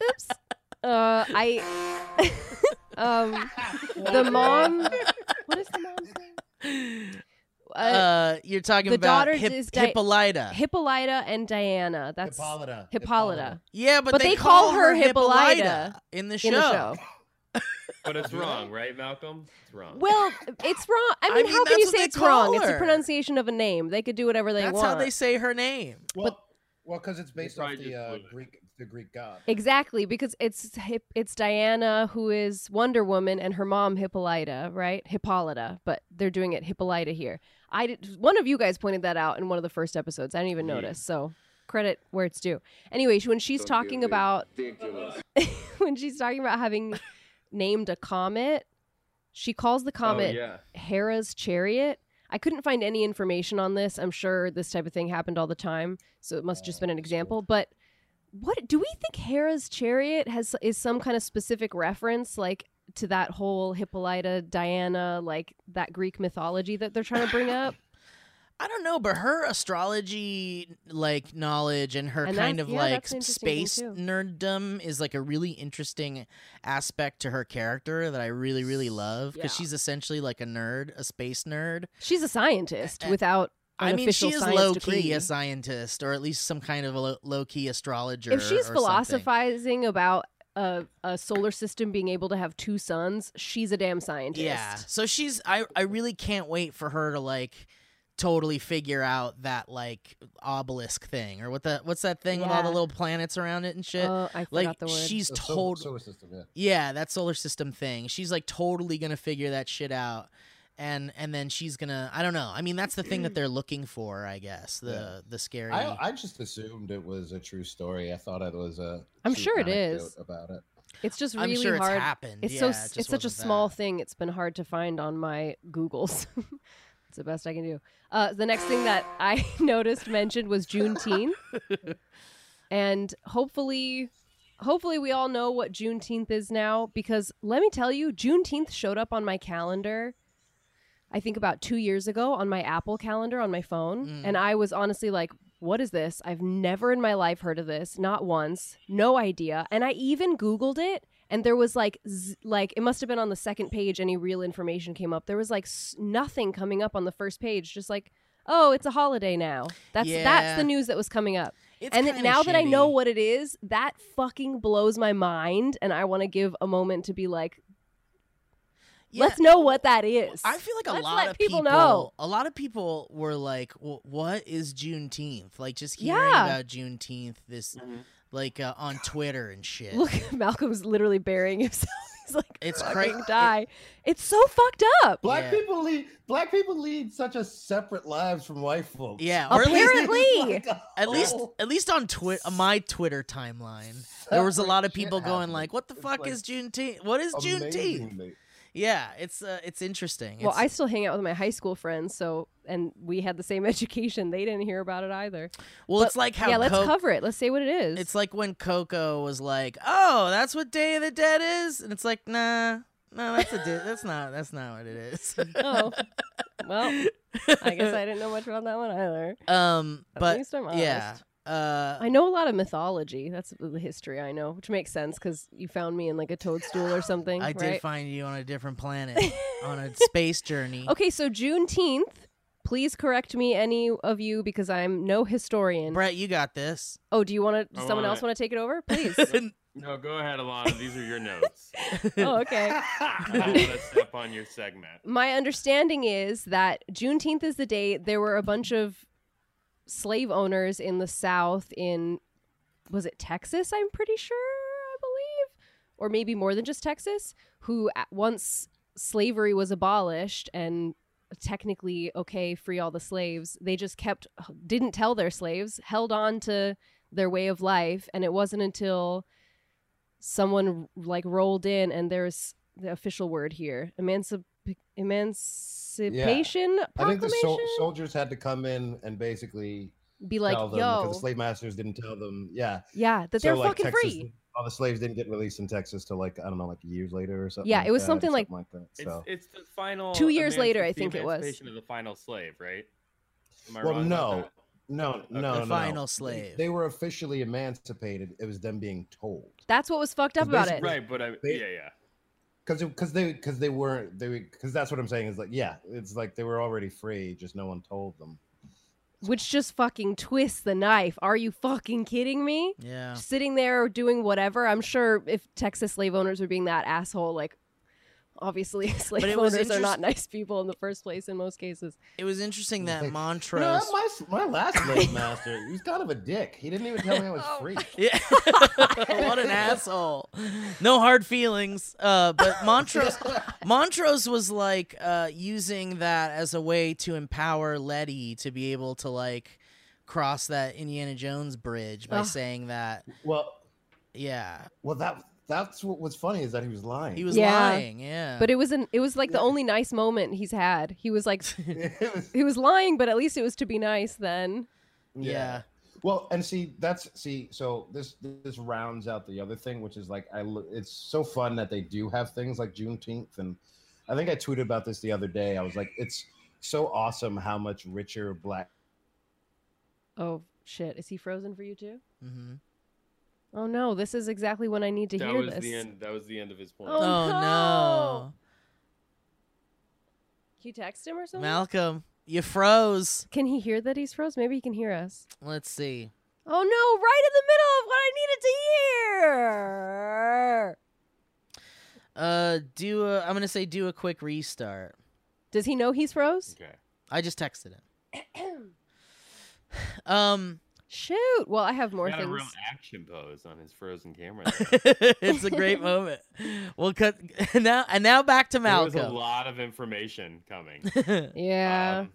Oops. Uh, I. um, the mom. What is the mom's name? Uh, Uh, you're talking the about daughter Hip- is di- Hippolyta. Hippolyta and Diana. That's Hippolyta. Hippolyta. yeah, but, But they, they call, call her her Hippolyta, Hippolyta in the show. in the show. But it's wrong, right, Malcolm? It's wrong. Well, it's wrong. I I mean, mean, how can that's you what say they it's wrong? It's call a her. pronunciation of a name. They could do whatever they That's want. how they say her name. Well, well, because it's based off probably the just uh, blew it. Greek, the Greek god. Exactly, because it's hip, it's Diana who is Wonder Woman and her mom Hippolyta, right? Hippolyta, but they're doing it Hippolyta here. I did, one of you guys pointed that out in one of the first episodes. I didn't even Yeah. notice, so credit where it's due. Anyway, when she's talking about when she's talking about having named a comet, she calls the oh, comet yeah. Hera's chariot. I couldn't find any information on this. I'm sure this type of thing happened all the time, so it must have Oh, just been an example. But what do we think Hera's chariot has is some kind of specific reference like to that whole Hippolyta, Diana, like that Greek mythology that they're trying to bring up? I don't know, but her astrology like knowledge and her And that's- kind of yeah, like that's an interesting thing, space too. nerddom is like a really interesting aspect to her character that I really really love because Yeah. she's essentially like a nerd, a space nerd. She's a scientist Uh, uh, without an I mean, she official is science low degree. key a scientist or at least some kind of a low key astrologer. if she's or something. philosophizing about a, a solar system being able to have two suns, she's a damn scientist. Yeah. So she's I I really can't wait for her to like totally figure out that like obelisk thing or what the what's that thing with all the Yeah. little planets around it and shit. Oh, I forgot like the word. she's So- so- told solar system, yeah. yeah, that solar system thing. She's like totally going to figure that shit out. And and then she's going to I don't know. I mean, that's the thing that they're looking for, I guess. The Yeah. the scary I, I just assumed it was a true story. I thought it was a. I'm true sure it anecdote is. about it. It's just I'm really sure hard. it's happened. It's yeah, so it s- just it's such a wasn't small that. thing. It's been hard to find on my Google's. it's the best I can do. Uh, the next thing that I noticed mentioned was Juneteenth, and hopefully, hopefully we all know what Juneteenth is now. Because let me tell you, Juneteenth showed up on my calendar. I think about two years ago on my Apple calendar on my phone, Mm. and I was honestly like, "What is this? I've never in my life heard of this. Not once. No idea." And I even Googled it, and there was like z- like it must have been on the second page any real information came up there was like s- nothing coming up on the first page just like oh it's a holiday now that's Yeah. that's the news that was coming up It's and kinda now that i know shitty. what it is that fucking blows my mind and i want to give a moment to be like Yeah. let's know what that is I feel like a Let's lot let of people, people know. a lot of people were like, "Wh- "What is Juneteenth?" Like just hearing Yeah. about Juneteenth, this Mm-hmm. like uh, on Twitter and shit. look malcolm's literally burying himself he's like It's fucking cra- die it's so fucked up Black Yeah. people lead. Black people lead such a separate lives from white folks. yeah, or at least, apparently at least Oh. at least on Twitter, my Twitter timeline, there was a lot of Separate shit people going happening. like, "What the It's, fuck like, is Juneteenth? What is Juneteenth?" amazingly. Yeah, it's uh, it's interesting. well It's- i still hang out with my high school friends so and we had the same education they didn't hear about it either well, but- it's like how yeah let's Coke- cover it let's say what it is It's like when Coco was like, "Oh, that's what Day of the Dead is," and it's like, "Nah, no, that's a di- that's not that's not what it is." oh well Oh, i guess i didn't know much about that one either Um, At but least I'm honest. yeah, uh, i know a lot of mythology that's the history i know which makes sense because you found me in like a toadstool or something I did right? find you on a different planet on a space journey. okay so juneteenth please correct me any of you because i'm no historian Brett, you got this. oh do you want to I someone want else it. want to take it over please No, go ahead, Alana. These are your notes. oh okay I don't want to step on your segment. my understanding is that Juneteenth is the day there were a bunch of slave owners in the South in was it Texas? I'm pretty sure, I believe, or maybe more than just Texas, who at- once slavery was abolished and technically okay free all the slaves they just kept didn't tell their slaves held on to their way of life and it wasn't until someone like rolled in and there's the official word here emancip- emancipation I think the proclamation sol- soldiers had to come in and basically be like tell them because the yo slave masters didn't tell them. Yeah, yeah that so, they're like, fucking Texas, free All the slaves didn't get released in Texas till like I don't know, like years later or something. Yeah, like it was that, or something like- that. It's, So. it's the final. Two years emanci- later, I it's the think it was. emancipation of the final slave, right? Am I Well, wrong about no. that? No, no, no, the no. final They- slave. They were officially emancipated. It was them being told. that's what was fucked up It's about basic- it Right, but I, They- yeah, yeah. because because they because they weren't they because that's what I'm saying is like yeah it's like they were already free just no one told them Which just fucking twists the knife. Are you fucking kidding me? Yeah. Sitting there doing whatever. I'm sure if Texas slave owners were being that asshole, like obviously slave it owners was are not interest- nice people in the first place in most cases. It was interesting that Like, Montrose. You know, my s- my last slave master he was kind of a dick he didn't even tell me I was Oh free Yeah. what an asshole. No hard feelings. Uh, but Montrose Montrose was like uh, using that as a way to empower Letty to be able to like cross that Indiana Jones bridge by Ugh. saying that. well Yeah. well that that's what was funny is that he was lying He was Yeah. lying. Yeah. But it was an it was like the only nice moment he's had. He was like It was- he was lying, but at least it was to be nice then. yeah. Well, and see, that's see, so this this rounds out the other thing, which is like I lo- it's so fun that they do have things like Juneteenth, and I think I tweeted about this the other day. I was like, it's so awesome how much richer black. Oh shit, is he frozen for you too? hmm Oh no, this is exactly when I need to that hear was this. the end. That was the end of his point. Oh, Oh, no. no. Can you text him or something? Malcolm, you froze. Can he hear that he's froze? Maybe he can hear us. Let's see. Oh no, right in the middle of what I needed to hear. Uh, do a, I'm gonna say do a quick restart. Does he know he's froze? Okay. I just texted it. um, Shoot. Well, I have more Got a things. real action pose on his frozen camera. there. it's a great moment. We'll cut now and now back to There was a Malcolm. lot of information coming. Yeah. Um,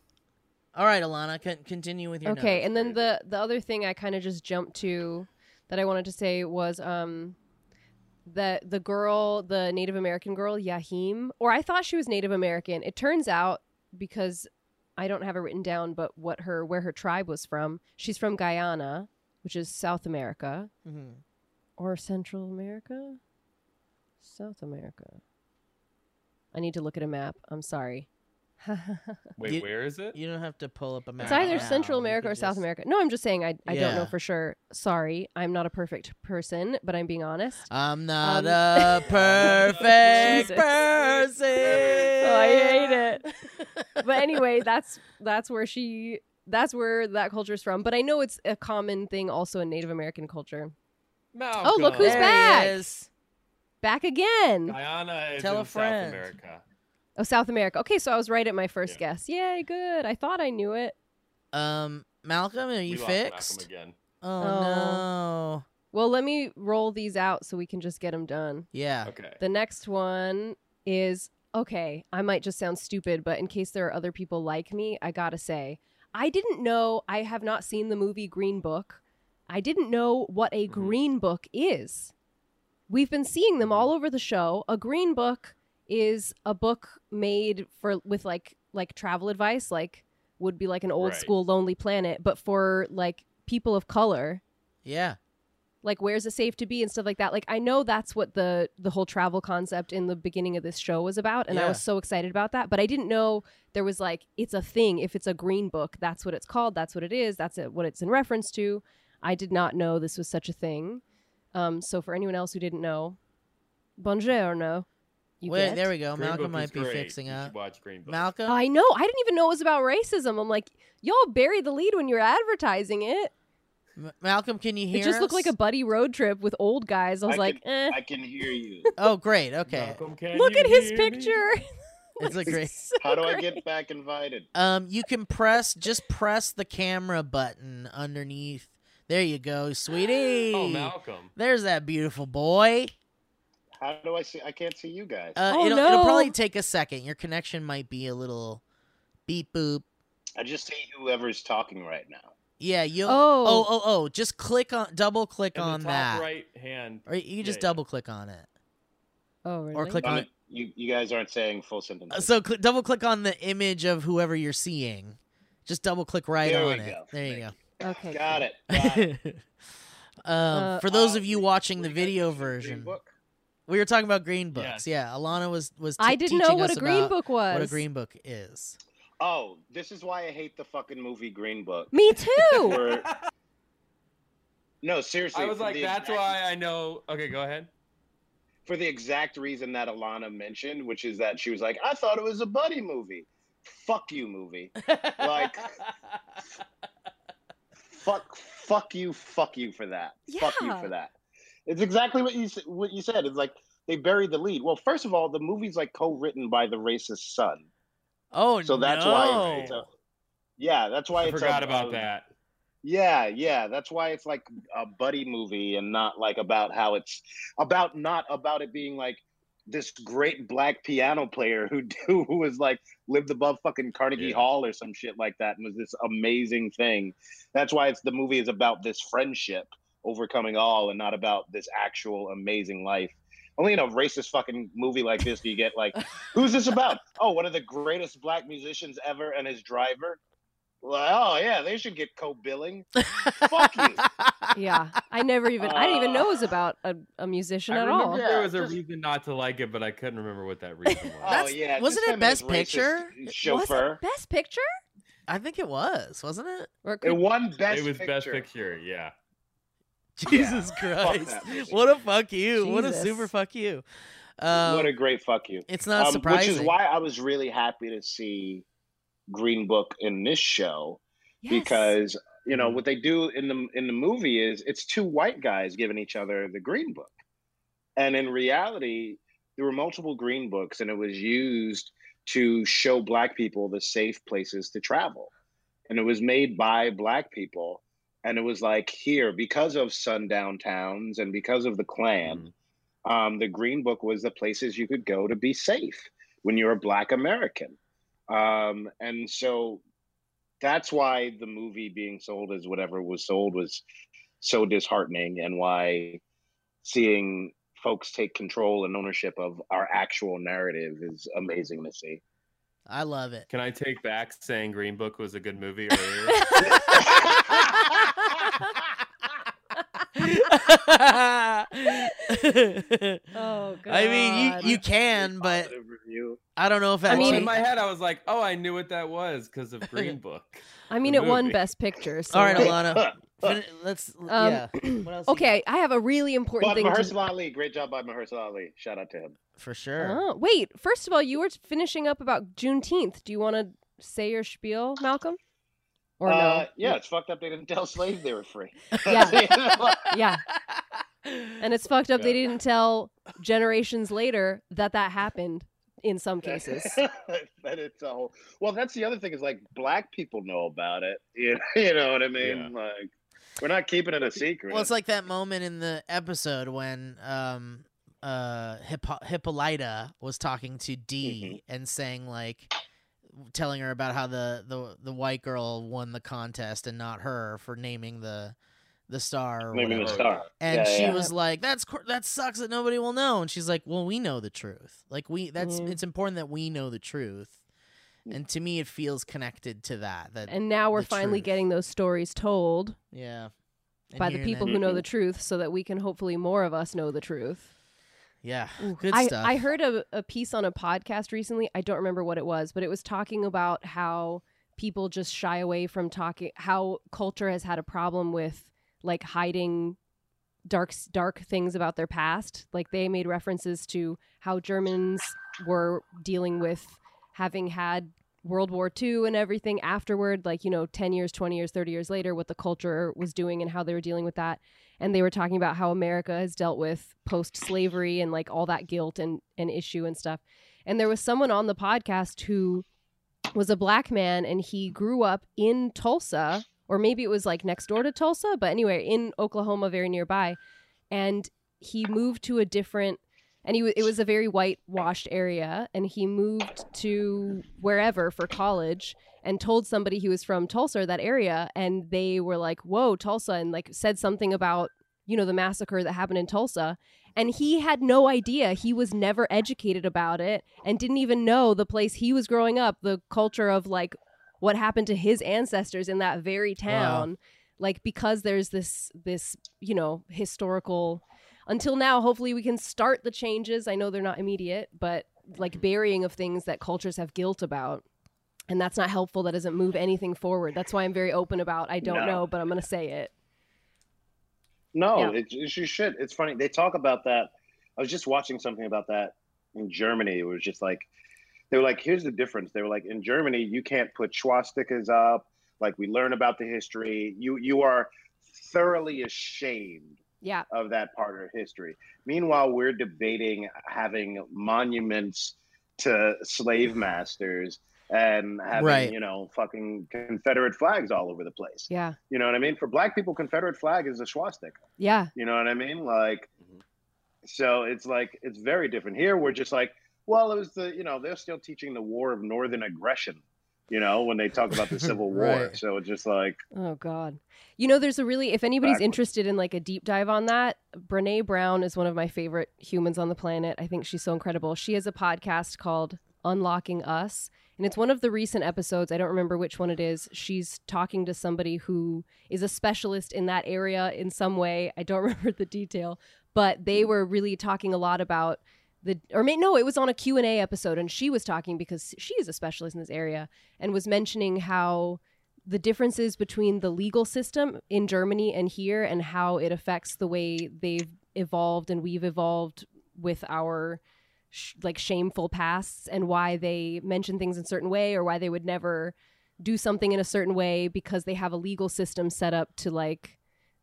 All right, Alana, con- continue with your okay, notes. and then the the other thing I kind of just jumped to that I wanted to say was um that the girl, the Native American girl, Yahim, or I thought she was Native American. It turns out because I don't have it written down, but what her where her tribe was from, she's from Guyana, which is South America. Mhm. or Central America? South America. I need to look at a map. I'm sorry. wait, You- where is it? you don't have to pull up a map. it's either now. Central You America could or South just- America. No, I'm just saying I, I don't Yeah. know for sure. Sorry. I'm not a perfect person, but I'm being honest. I'm not Um, a perfect Jesus. person. Oh, I hate it. but anyway, that's that's where she that's where that culture's from. But I know it's a common thing also in Native American culture. Oh, look who's There he back. is. Back again. Guyana is Tell in a friend. South America. Oh, South America. Okay, so I was right at my first Yeah. guess. Yay, good. I thought I knew it. Um, Malcolm, are you we fixed? Lost Malcolm again. Oh, Oh. no. Well, let me roll these out so we can just get them done. Yeah. Okay. The next one is okay, I might just sound stupid, but in case there are other people like me, I gotta say, I didn't know, I have not seen the movie Green Book. I didn't know what a Mhm. green book is. We've been seeing them all over the show. A green book is a book made for with like like travel advice, like would be like an old Right. school Lonely Planet, but for like people of color Yeah. like where's it safe to be and stuff like that like i know that's what the the whole travel concept in the beginning of this show was about and i Yeah. was so excited about that but i didn't know there was like it's a thing if it's a green book that's what it's called that's what it is that's it, what it's in reference to i did not know this was such a thing um so for anyone else who didn't know buongiorno you Wait, get? there we go. Green Malcolm Book might is be great. fixing You should up. Watch Green Book. Malcolm? Oh, i know i didn't even know it was about racism i'm like y'all buried the lead when you were advertising it M- Malcolm, can you hear it just looked like a us? buddy road trip with old guys i was I like can- eh. I can hear you. Oh, great. Okay. Malcolm, can Look you at his hear me? picture. It's a great. So How do I great. get back invited? Um, you can press just press the camera button underneath. There you go, sweetie. Oh, Malcolm. There's that beautiful boy. How do I see? I can't see you guys. Uh, Oh, it'll, it'll probably no. take a second. Your connection might be a little beep boop. I just see whoever's talking right now. Yeah, you. will Oh, oh, oh, oh! Just click on, double click In on the top that, right hand. or you can Yeah, just yeah. double click on it. oh, really? Or click I on mean, you, you guys aren't saying full Uh, sentences. So cl- double click on the image of whoever you're seeing. Just double click right There we on it. go. There you go. Okay, Got it. Got it. Oh, um, Uh, for those of you watching the video version, we were talking about green books. Yes. Yeah, Alana was was. I t- didn't know teaching what us a green about book was. What a green book is. Oh, this is why I hate the fucking movie Green Book. Me too. Where- no, seriously. I was for like, the that's exact- why I know. Okay, go ahead. for the exact reason that Alana mentioned, which is that she was like, I thought it was a buddy movie. Fuck you, movie. Like- fuck, fuck you, fuck you for that. Fuck you Yeah. for that. It's exactly what you s- what you said. It's like they bury the lead. Well, first of all, the movie's like co-written by the racist son, oh, so that's no. why it's a, yeah, that's why I it's um, a- forgot about a- that. yeah, yeah. That's why it's like a buddy movie and not like about how it's about not about it being like this great black piano player who who was like lived above fucking Carnegie Yeah. Hall or some shit like that and was this amazing thing. That's why it's the movie is about this friendship overcoming all and not about this actual amazing life. Only in a racist fucking movie like this do you get like, who's this about? Oh, one of the greatest black musicians ever and his driver. Well, oh yeah, they should get co-billing. Fuck you. yeah, I never even I didn't even know it was Uh, about a, a musician I at remember all. Yeah, there was a just- reason not to like it, but I couldn't remember what that reason was. Oh That's- yeah, wasn't it just him and his Best racist Picture? Chauffeur. Was it Best Picture? I think it was, wasn't it? Or It could- won best. it was picture. Best Picture, yeah. Jesus Fuck Christ! that movie. What a fuck you! What a Jesus. super fuck you! Um, what a great fuck you. it's not Um, which surprising. is why I was really happy to see Green Book in this show yes. because you know what they do in the in the movie is it's two white guys giving each other the Green Book, and in reality, there were multiple Green Books, and it was used to show black people the safe places to travel, and it was made by black people, and it was like here because of sundown towns and because of the Klan um, the Green Book was the places you could go to be safe when you're a Black American. Um, and so that's why the movie being sold as whatever was sold was so disheartening, and why seeing folks take control and ownership of our actual narrative is amazing to see. I love it. Can I take back saying Green Book was a good movie earlier? Oh god. I mean, you you can, but Positive review. I don't know if that. I Well, mean- in my head, I was like, "Oh, I knew what that was because of Green Book." I mean the it won movie. Best Picture. So All right, like- Alana. fin- let's. yeah. What else you Um, Okay, I have a really important But thing to Mahershala Ali, great job by Mahershala Ali. Shout out to him. got? for sure. Oh, wait, first of all, you were finishing up about Juneteenth. Do you want to say your spiel, Malcolm? Or no? Uh, yeah, it's fucked up they didn't tell slaves they were free. Yeah. Yeah. Uh-huh. And it's fucked up they Yeah. didn't tell generations later that that happened in some cases. that it's a whole. Well, that's the other thing is like black people know about it. You know, you know what I mean? Yeah. Like we're not keeping it a secret. Well, it's like that moment in the episode when um uh Hippo- Hippolyta was talking to Dee Mm-hmm. and saying like telling her about how the, the the white girl won the contest and not her for naming the the star or naming the whatever. star. and Yeah, she yeah. was like that's cor- that sucks that nobody will know and she's like well we know the truth like we that's Mhm. it's important that we know the truth Mm. and to me it feels connected to that that And now we're The finally truth. getting those stories told yeah And by the hearing people that- who know the truth so that we can hopefully more of us know the truth. yeah Ooh, good I, stuff I heard a, a piece on a podcast recently. I don't remember what it was, but it was talking about how people just shy away from talking, how culture has had a problem with like hiding dark s- dark things about their past. Like they made references to how Germans were dealing with having had World War II and everything afterward, like, you know, 10 years, 20 years, 30 years later, what the culture was doing and how they were dealing with that. And they were talking about how America has dealt with post slavery and like all that guilt and, and issue and stuff. And there was someone on the podcast who was a black man and he grew up in Tulsa, or maybe it was like next door to Tulsa, but anyway, in Oklahoma, very nearby. And he moved to a different and he w- it was a very whitewashed area and he moved to wherever for college and told somebody he was from Tulsa or that area and they were like whoa Tulsa and like said something about you know the massacre that happened in Tulsa and he had no idea he was never educated about it and didn't even know the place he was growing up the culture of like what happened to his ancestors in that very town like because there's this this you know historical until now hopefully we can start the changes i know they're not immediate but like burying of things that cultures have guilt about and that's not helpful that doesn't move anything forward that's why i'm very open about i No. don't know but i'm gonna say it No, it's, it's your shit. It's funny. They talk about that I was just watching something about that in Germany. It was just like they were like, here's the difference. They were like, in Germany, you can't put swastikas up. Like we learn about the history. You you are thoroughly ashamed Yeah. of that part of history. Meanwhile, we're debating having monuments to slave masters and having, Right. you know, fucking Confederate flags all over the place. Yeah. You know what I mean? For black people, Confederate flag is a swastika. Yeah. You know what I mean? Like, so it's like, it's very different. Here, we're just like, well, it was the, you know, they're still teaching the war of Northern aggression, you know, when they talk about the Civil War. Right. So it's just like, Oh God. You know, there's a really if anybody's Backwards. interested in like a deep dive on that, Brene Brown is one of my favorite humans on the planet. I think she's so incredible. She has a podcast called Unlocking Us. And it's one of the recent episodes. I don't remember which one it is. She's talking to somebody who is a specialist in that area in some way. I don't remember the detail, but they were really talking a lot about the or may, no, it was on a Q&A episode and she was talking because she is a specialist in this area and was mentioning how the differences between the legal system in Germany and here and how it affects the way they've evolved and we've evolved with our sh- like shameful pasts and why they mention things in a certain way or why they would never do something in a certain way because they have a legal system set up to like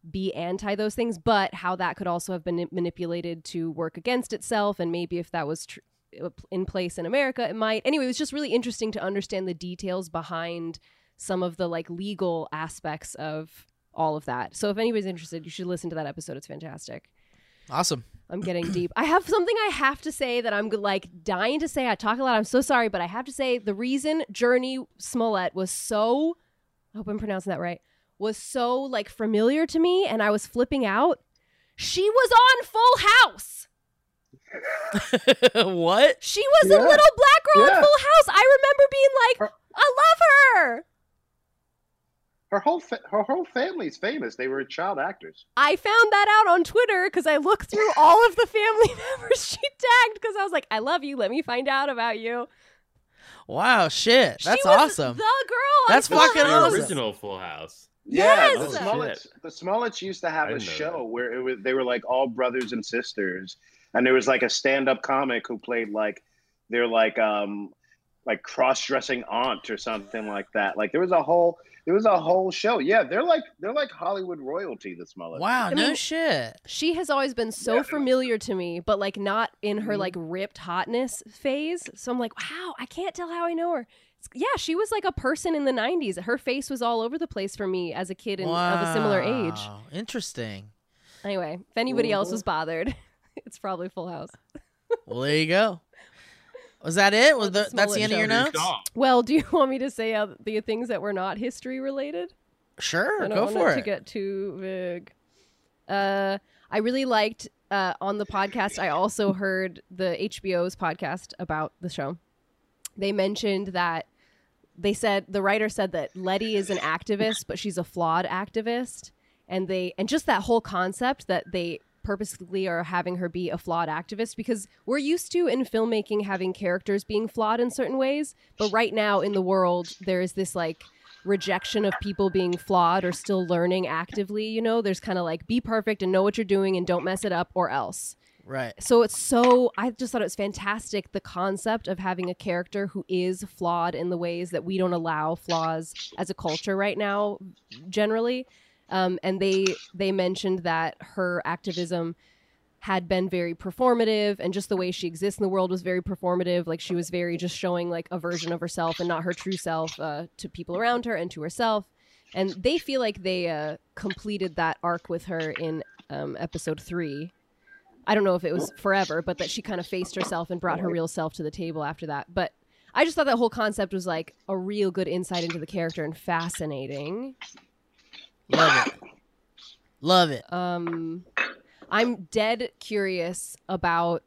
be anti those things but how that could also have been manipulated to work against itself and maybe if that was tr- uh, in place in America it might anyway it was just really interesting to understand the details behind some of the like legal aspects of all of that. So if anybody's interested, you should listen to that episode. It's fantastic. Awesome. I'm getting deep. I have something I have to say that I'm like dying to say. I talk a lot. I'm so sorry, but I have to say the reason Journey Smollett was so I hope I'm pronouncing that right was so like familiar to me and I was flipping out. She was on Full House. what? She was a Yeah. little black girl Yeah. on Full House. I remember being like, I love her. her whole, fa- her whole family's famous. They were child actors. I found that out on Twitter because I looked through all of the family members she tagged because I was like, I love you. Let me find out about you. Wow, shit. She That's was awesome. The girl. That's on fucking the Full House. awesome. original Full House. Yes. the Oh, Smollets. The Smollets used to have I a didn't know show that. where it was, they were like all brothers and sisters, and there was like a stand-up comic who played like they're like um like cross-dressing aunt or something like that. Like there was a whole there was a whole show. Yeah, they're like they're like Hollywood royalty. The Smollets. Wow, I no mean- shit. She has always been so familiar to me, but like not in her like ripped hotness phase. So I'm like, wow, I can't tell how I know her. It's- Yeah, she was like a person in the 90s. Her face was all over the place for me as a kid in, of a similar age. Wow, Interesting. Anyway, if anybody else was bothered, it's probably Full House. Well, there you go. Was that it? Was That's the, that's the Smollett end of your Pretty notes? strong. Well, do you want me to say uh, the things that were not history related? Sure, I don't go want for to it. get too big. Uh, I really liked uh, on the podcast. I also heard the HBO's podcast about the show. They mentioned that they said the writer said that Letty is an activist, but she's a flawed activist, and they and just that whole concept that they purposely are having her be a flawed activist because we're used to in filmmaking having characters being flawed in certain ways, but right now in the world there is this like rejection of people being flawed or still learning actively, you know, there's kind of like be perfect and know what you're doing and don't mess it up or else. Right. So it's so I just thought it was fantastic the concept of having a character who is flawed in the ways that we don't allow flaws as a culture right now generally. Um, and they they mentioned that her activism had been very performative and just the way she exists in the world was very performative like she was very just showing like a version of herself and not her true self uh, to people around her and to herself and they feel like they uh, completed that arc with her in um, episode three i don't know if it was forever but that she kind of faced herself and brought her real self to the table after that but i just thought that whole concept was like a real good insight into the character and fascinating Love it. Love it. um i'm dead curious about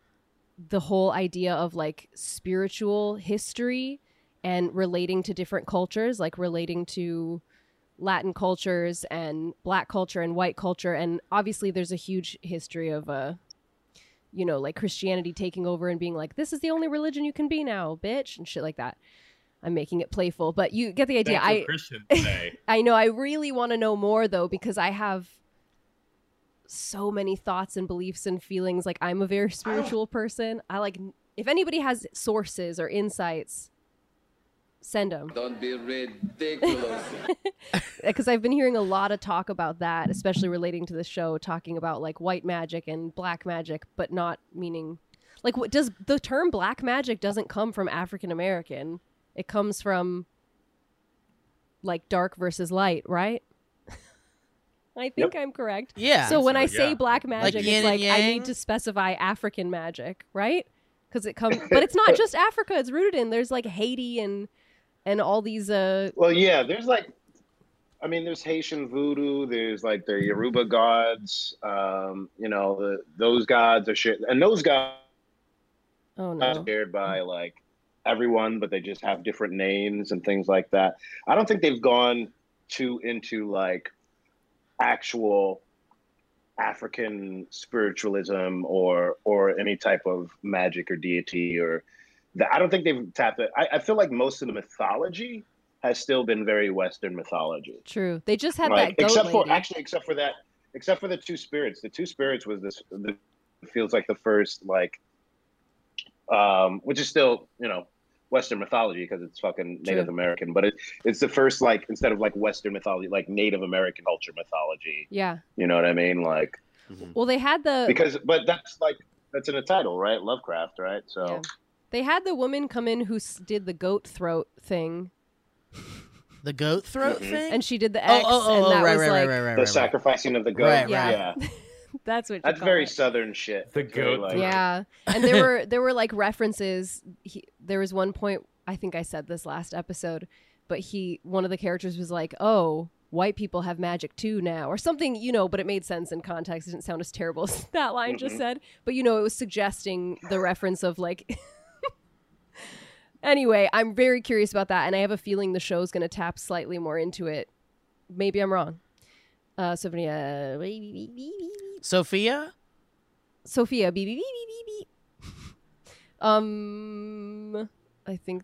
the whole idea of like spiritual history and relating to different cultures like relating to latin cultures and black culture and white culture and obviously there's a huge history of uh you know like christianity taking over and being like this is the only religion you can be now bitch and shit like that i'm making it playful but you get the idea That's what i Christians say. I know. I really want to know more though because I have so many thoughts and beliefs and feelings. Like I'm a very spiritual person. I like if anybody has sources or insights, send them. Don't be ridiculous. because I've been hearing a lot of talk about that, especially relating to the show, talking about like white magic and black magic, but not meaning like what does the term black magic doesn't come from African American. It comes from like dark versus light, right? I think I'm correct. Yeah. So when So, I say yeah. black yin magic, it's and like I yang? need to specify African magic, right? Because it comes, but it's not just Africa. It's rooted in there's like Haiti and and all these uh Well, yeah, there's like, I mean, there's Haitian voodoo. There's like the Yoruba gods. Um, you know, the, those gods are shared, and those gods oh are no shared by like everyone, but they just have different names and things like that. I don't think they've gone too into like actual African spiritualism or or any type of magic or deity or that. I don't think they've tapped it. I, I feel like most of the mythology has still been very Western mythology. true. They just had Like, that goat except for lady. actually except for that except for the two spirits the two spirits was this the, feels like the first like um which is still you know western mythology because it's fucking native True. american but it, it's the first like instead of like western mythology like native american culture mythology yeah. you know what i mean like Well, they had the because but that's like that's in the title right lovecraft right so Yeah. they had the woman come in who s- did the goat throat thing, The goat throat Mhm. thing? and she did the oh, X, oh, oh, and oh, that right, was right, like right, right, the right, right. sacrificing of the goat Right, right. yeah that's what you that's call very it. southern shit The That's very, goat like- yeah and there were there were like references he, there was one point i think i said this last episode but he one of the characters was like oh white people have magic too now or something you know but it made sense in context it didn't sound as terrible as that line just Mhm. said but you know it was suggesting the reference of like anyway i'm very curious about that and i have a feeling the show's going to tap slightly more into it maybe i'm wrong uh sophia Sophia? Sophia, beep beep beep beep beep beep. Um, I think.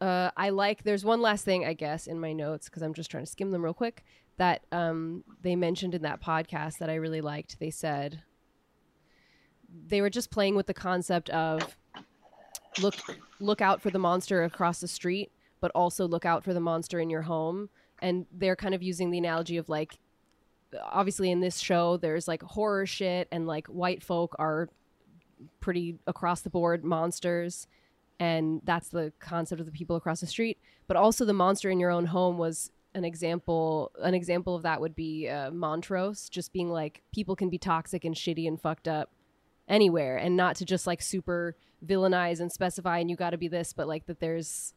Uh, I like. There's one last thing, I guess, in my notes because I'm just trying to skim them real quick. That um, they mentioned in that podcast that I really liked. They said they were just playing with the concept of look look out for the monster across the street, but also look out for the monster in your home. And they're kind of using the analogy of like obviously in this show there's like horror shit and like white folk are pretty across the board monsters and that's the concept of the people across the street but also the monster in your own home was an example an example of that would be uh, montrose just being like people can be toxic and shitty and fucked up anywhere and not to just like super villainize and specify and you got to be this but like that there's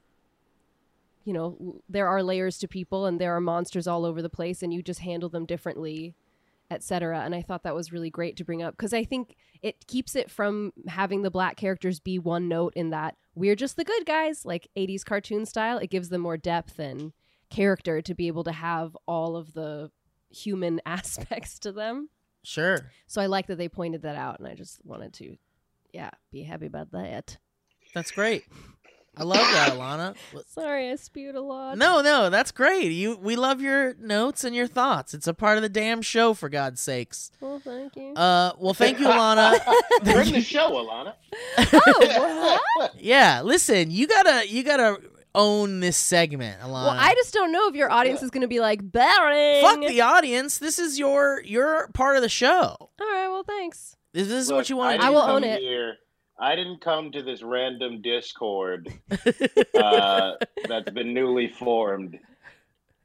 you know l- there are layers to people and there are monsters all over the place and you just handle them differently etc and i thought that was really great to bring up because i think it keeps it from having the black characters be one note in that we're just the good guys like 80s cartoon style it gives them more depth and character to be able to have all of the human aspects to them Sure. so i like that they pointed that out and i just wanted to yeah be happy about that That's great. I love that, Alana. What- sorry i spewed a lot No, no, that's great. You we love your notes and your thoughts. It's a part of the damn show for God's sakes. well thank you Uh well thank you, Alana. bring the show alana oh what? yeah, listen, you gotta you gotta own this segment, Alana. Well, I just don't know if your audience is going to be like boring. Fuck the audience. This is your your part of the show. All right, well, thanks. This, this is Look, what you want I to didn't will come own it. Here, I didn't come to this random Discord uh, that's been newly formed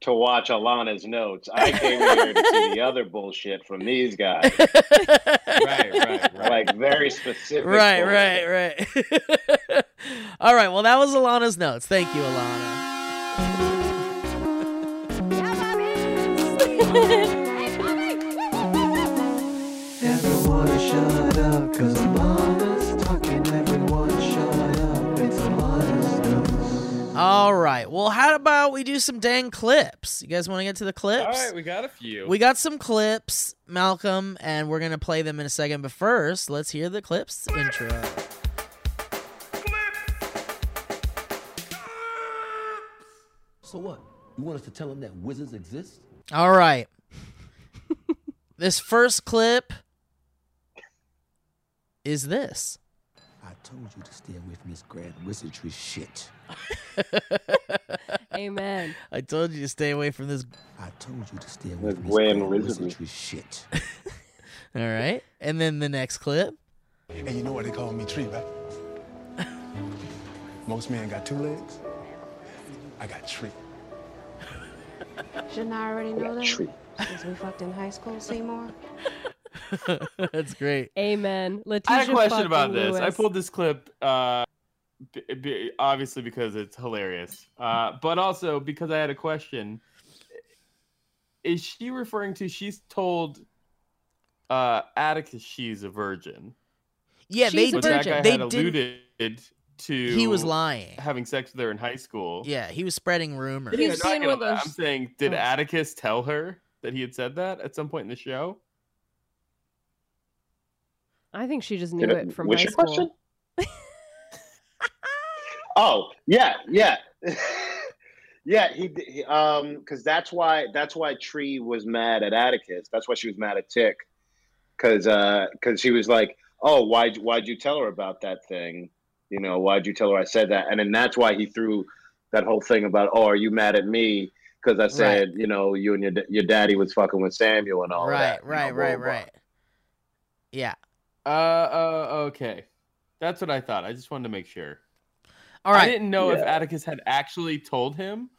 to watch Alana's notes. I came here to see the other bullshit from these guys, do. Right, right, right. like very specific. right, bullshit. right, right. All right. Well, that was Alana's notes. Thank you, Alana. Everyone shut up, cause Alana's talking. Everyone shut up, it's Alana's news. All right. Well, how about we do some dang clips? You guys want to get to the clips? All right, we got a few. We got some clips, Malcolm, and we're gonna play them in a second. But first, let's hear the clips intro. So what? You want us to tell him that wizards exist? All right. This first clip is this. I told you to stay away from this grand wizardry shit. Amen. I told you to stay away from this. I told you to stay away This from this grand grand wizardry. wizardry shit. All right. And then the next clip. And you know why they call me tree, right? Most men got two legs. I got tree. Shouldn't I already know that? Tree. Since we fucked in high school, Seymour. That's great. Amen. Letitia I had a question fucking about this. I Lewis. pulled this clip, uh, b- b- obviously because it's hilarious, uh, but also because I had a question. Is she referring to? She's told uh, Atticus she's a virgin. Yeah, She's they a but did. that virgin. guy They had didn't- alluded to. He was lying. Having sex with her in high school. Yeah, he was spreading rumors. He was I'm, not saying gonna- one of those- I'm saying, did Oh. Atticus tell her that he had said that at some point in the show? I think she just knew Did it, it- from was high your school. question? oh yeah, yeah, yeah. He, d- he um because that's why that's why Tree was mad at Atticus. That's why she was mad at Tick because because she was like, oh, why would why'd you tell her about that thing? You know, why'd you tell her I said that? And then that's why he threw that whole thing about, oh, are you mad at me? Because I said, you know, you and your d- your daddy was fucking with Samuel and all Right, that. you know, right, blah, right, blah, blah." right. Yeah. Uh, uh, okay. That's what I thought. I just wanted to make sure. All I right. didn't know if Yeah. Atticus had actually told him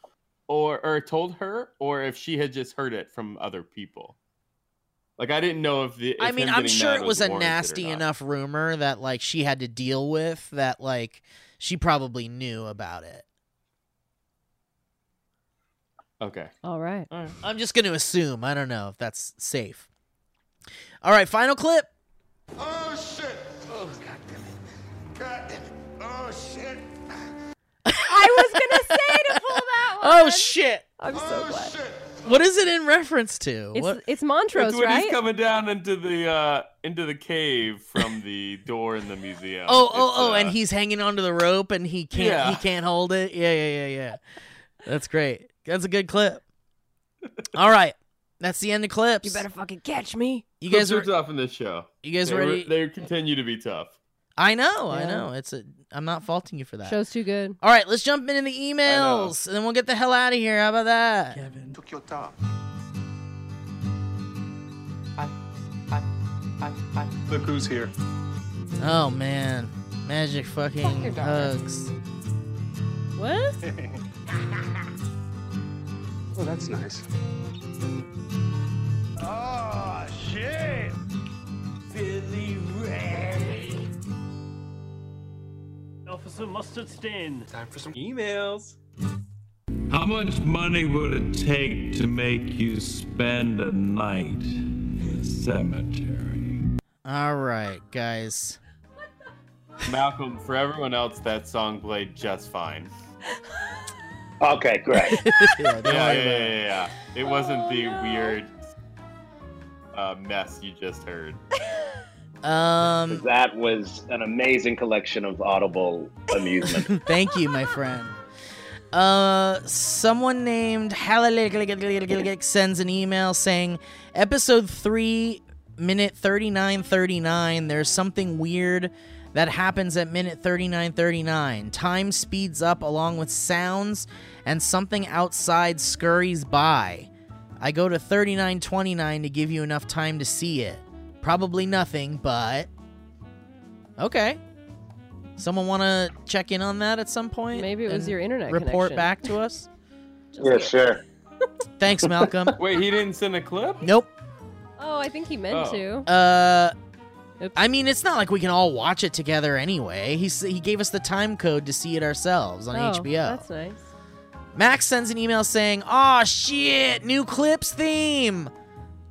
or or told her or if she had just heard it from other people. Like I didn't know if the if I mean, him I'm getting sure mad it was a warranted or nasty not. enough rumor that like she had to deal with that like she probably knew about it. Okay. All right. All right. I'm just going to assume. I don't know if that's safe. All right, final clip. Oh shit! Oh god damn it! God damn it! Oh shit! I was gonna say to pull that one. Oh shit. I'm oh, so glad. Oh, shit! What is it in reference to? It's what? it's That's Montrose, when right? he's coming down into the uh into the cave from the door in the museum. Oh, oh, It's, oh, and uh, he's hanging onto the rope and he can't Yeah. he can't hold it. Yeah, yeah, yeah, yeah. That's great. That's a good clip. All right. That's the end of clips. you better fucking catch me. You guys clips are are tough in this show. you guys They were- ready? They continue to be tough. I know, I Yeah. know. It's a I'm not faulting you for that. Show's too good. All right, let's jump into the emails and then we'll get the hell out of here. How about that? Kevin. Took your top. Look who's here. Oh man. Magic fucking hugs. What? Oh, that's nice. Oh, Officer Mustard Stain. Time for some Emails. How much money would it take to make you spend a night in the cemetery? All right, guys. Malcolm, for everyone else, that song played just fine. Okay, great. Yeah, don't yeah, worry yeah, about yeah, it. yeah, yeah. It wasn't Oh, the no. weird uh, mess you just heard. Um that was an amazing collection of audible amusement. Thank you, my friend. Uh, someone named Hallelujah sends an email saying, episode three, minute thirty nine thirty nine. There's something weird that happens at minute thirty nine thirty nine. Time speeds up along with sounds, and something outside scurries by. I go to thirty nine twenty nine to give you enough time to see it. Probably nothing, but okay. Someone want to check in on that at some point? Maybe it was and your internet report connection. back to us. yeah, sure. Thanks, Malcolm. Wait, he didn't send a clip? nope. Oh, I think he meant Oh. to. Uh, Oops. I mean, it's not like we can all watch it together anyway. He s- he gave us the time code to see it ourselves on oh, HBO. That's nice. Max sends an email saying, "Aw, shit, new clips theme."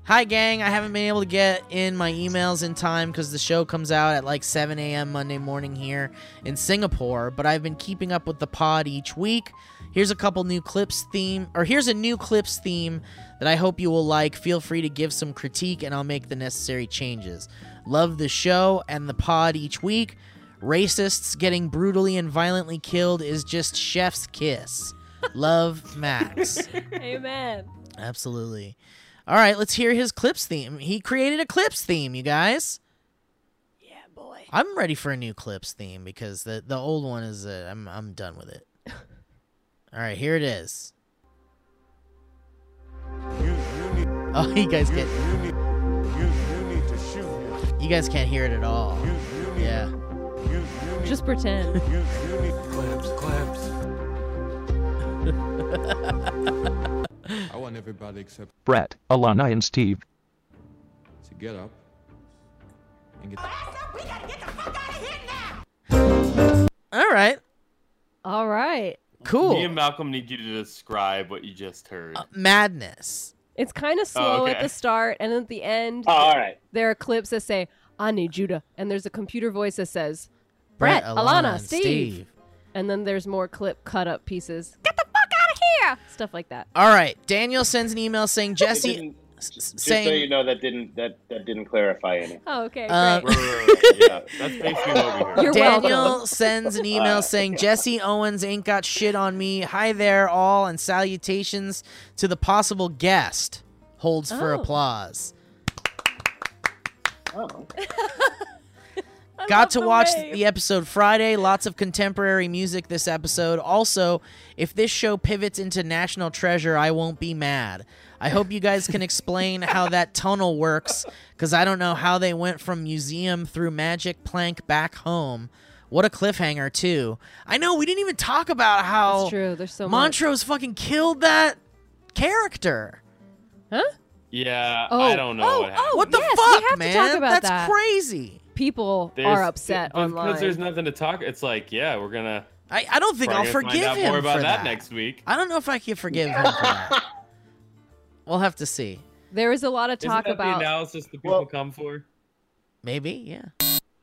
Hi, gang. I haven't been able to get in my emails in time because the show comes out at like 7 a.m. Monday morning here in Singapore, but I've been keeping up with the pod each week. Here's a couple new clips theme, or here's a new clips theme that I hope you will like. Feel free to give some critique and I'll make the necessary changes. Love the show and the pod each week. Racists getting brutally and violently killed is just chef's kiss. Love Max. Amen. Absolutely. All right, let's hear his clips theme. He created a clips theme, you guys. Yeah, boy. I'm ready for a new clips theme because the the old one is uh, I'm I'm done with it. All right, here it is. Oh, you guys get. You guys can't hear it at all. Yeah. Just pretend. Claps, claps. I want everybody except Brett, Alana, and Steve. to get up and get. All right. All right. Cool. Uh, Me and Malcolm need you to describe what you just heard. Madness. It's kind of slow at Oh, okay. the start, and at the end, Oh, all right. there are clips that say, "I need Judah," and there's a computer voice that says, Brett, "Brett, Alana, Alana, and Steve. Steve. and then there's more clip cut up pieces. Get the fuck out of here! Stuff like that. All right. Daniel sends an email saying Jesse. s- Just so you Saying. know, that didn't that that didn't clarify anything. Oh, okay. Uh, great. yeah, that's basically what You're Daniel welcome. sends an email saying Jesse Owens ain't got shit on me. Hi there, all, and salutations to the possible guest. Holds for Oh. applause. Oh. Got to watch the episode Friday. Lots of contemporary music this episode. Also, if this show pivots into National Treasure, I won't be mad. I hope you guys can explain how that tunnel works because I don't know how they went from museum through magic plank back home. What a cliffhanger, too. I know we didn't even talk about how That's true. There's so much. Montrose fucking killed that character. Huh? Yeah, Oh, I don't know oh, what happened. oh, What the yes, fuck, we have man? To talk about That's that. crazy. People There's- are upset because online. there's nothing to talk. It's like, yeah, we're gonna. I, I don't think we're I'll gonna find forgive out him more about for that that. next week. I don't know if I can forgive him for that. We'll have to see. There is a lot of Isn't talk that about. the analysis that people come for. Maybe, yeah.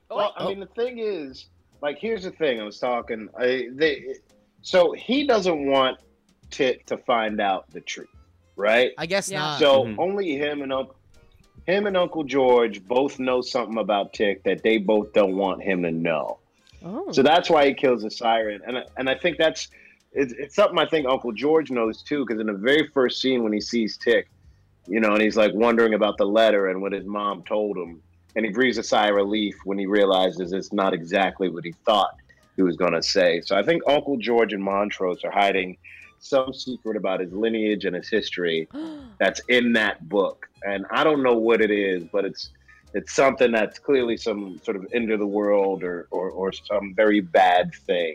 Well, I mean, the thing is, like, here's the thing. I was talking. I, they, so he doesn't want Tit to find out the truth, right? I guess Yeah. not. So Mhm. only him and Uncle, him and Uncle George both know something about Tit that they both don't want him to know. Oh. So that's why he kills the siren, and I- and I think that's it's, it's something I think Uncle George knows too, because in the very first scene when he sees Tick, you know, and he's like wondering about the letter and what his mom told him, and he breathes a sigh of relief when he realizes it's not exactly what he thought he was going to say. So I think Uncle George and Montrose are hiding some secret about his lineage and his history that's in that book, and I don't know what it is, but it's it's something that's clearly some sort of end of the world or or, or some very bad thing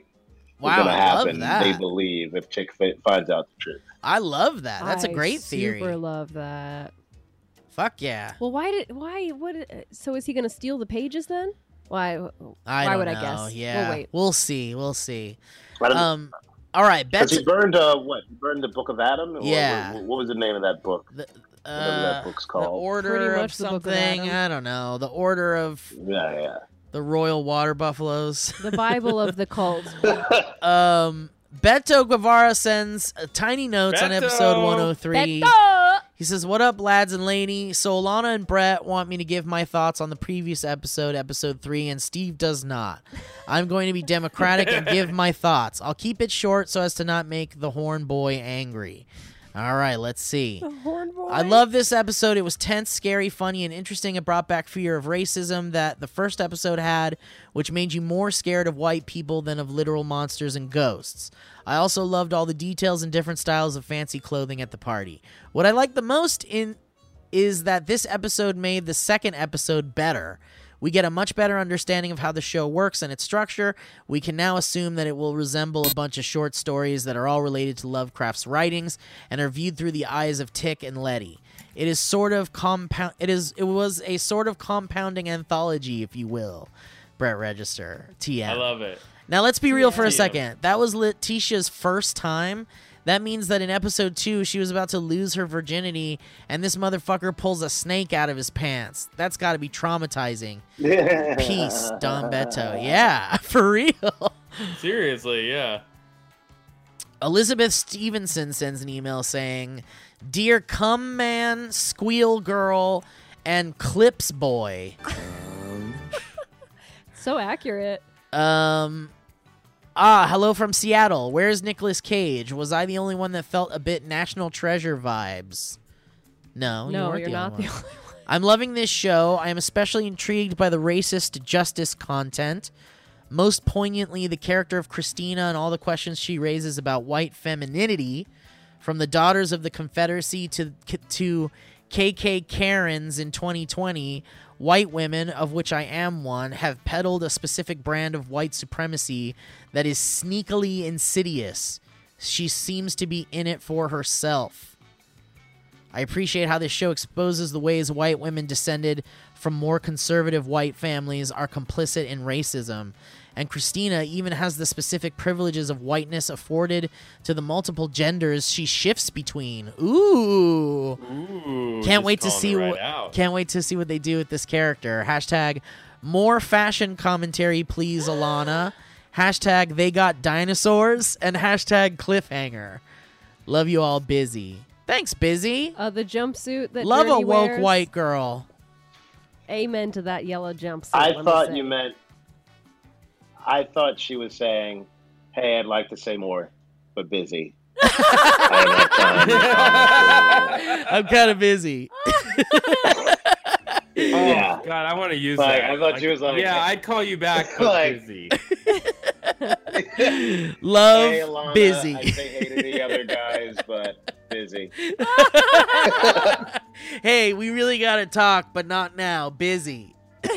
is Wow, gonna I love happen, that. They believe if Chick fi- finds out the truth. I love that. That's a I great theory. Super love that. Fuck yeah. Well, why did why what? So is he going to steal the pages then? Why? I why don't would know. I guess? Yeah. We'll wait. We'll see. We'll see. Let him- Um. All right, Because Betsy. he burned uh, what? He burned the Book of Adam. Or Yeah. What, what was the name of that book? Whatever uh, that book's The called. order Pretty of much the Book of something. Adam. I don't know. The order of yeah, yeah. the royal water buffaloes. The Bible of the cult. um. Beto Guevara sends a tiny notes on Beto! episode 103. Beto! He says, What up, lads and lady? So Alana and Brett want me to give my thoughts on the previous episode, episode three, and Steve does not. I'm going to be democratic and give my thoughts. I'll keep it short so as to not make the horn boy angry. All right, let's see. horn boy. I love this episode. It was tense, scary, funny, and interesting. It brought back fear of racism that the first episode had, which made you more scared of white people than of literal monsters and ghosts. I also loved all the details and different styles of fancy clothing at the party. What I liked the most in is that this episode made the second episode better. We get a much better understanding of how the show works and its structure. We can now assume that it will resemble a bunch of short stories that are all related to Lovecraft's writings and are viewed through the eyes of Tick and Letty. It is sort of compound it is it was a sort of compounding anthology, if you will. Brett Register. TM. I love it. Now let's be real for a Yeah. second. That was Letitia's first time. That means that in episode two, she was about to lose her virginity, and this motherfucker pulls a snake out of his pants. That's got to be traumatizing. Peace, Don Beto. Yeah, for real. Seriously, yeah. Elizabeth Stevenson sends an email saying, "Dear cum man, squeal girl, and clips boy." So accurate. Um Ah, hello from Seattle. Where's Nicolas Cage? Was I the only one that felt a bit national treasure vibes? No, No, you weren't you're the not only the one. I'm loving this show. I am especially intrigued by the racist justice content. Most poignantly, the character of Christina and all the questions she raises about white femininity, from the daughters of the Confederacy to to KK Karens in 2020. White women, of which I am one, have peddled a specific brand of white supremacy that is sneakily insidious. She seems to be in it for herself. I appreciate how this show exposes the ways white women descended from more conservative white families are complicit in racism. And Christina even has the specific privileges of whiteness afforded to the multiple genders she shifts between. Ooh. Ooh, can't just wait to calling see it right what out. can't wait to see what they do with this character. Hashtag more fashion commentary, please, Alana. Hashtag they got dinosaurs and hashtag cliffhanger. Love you all busy. Thanks, busy. Uh, the jumpsuit that Love a Dirty woke wears. white girl. Amen to that yellow jumpsuit. I let me thought say. you meant. I thought she was saying, "Hey, I'd like to say more, but busy." I'm kind of busy. Oh, Yeah. God, I want to use Like, that. I thought you was like- yeah, I'd call you back. But Like- busy. Love Hey, Alana, busy. I say hey to the other guys, but busy. hey, we really got to talk, but not now. Busy.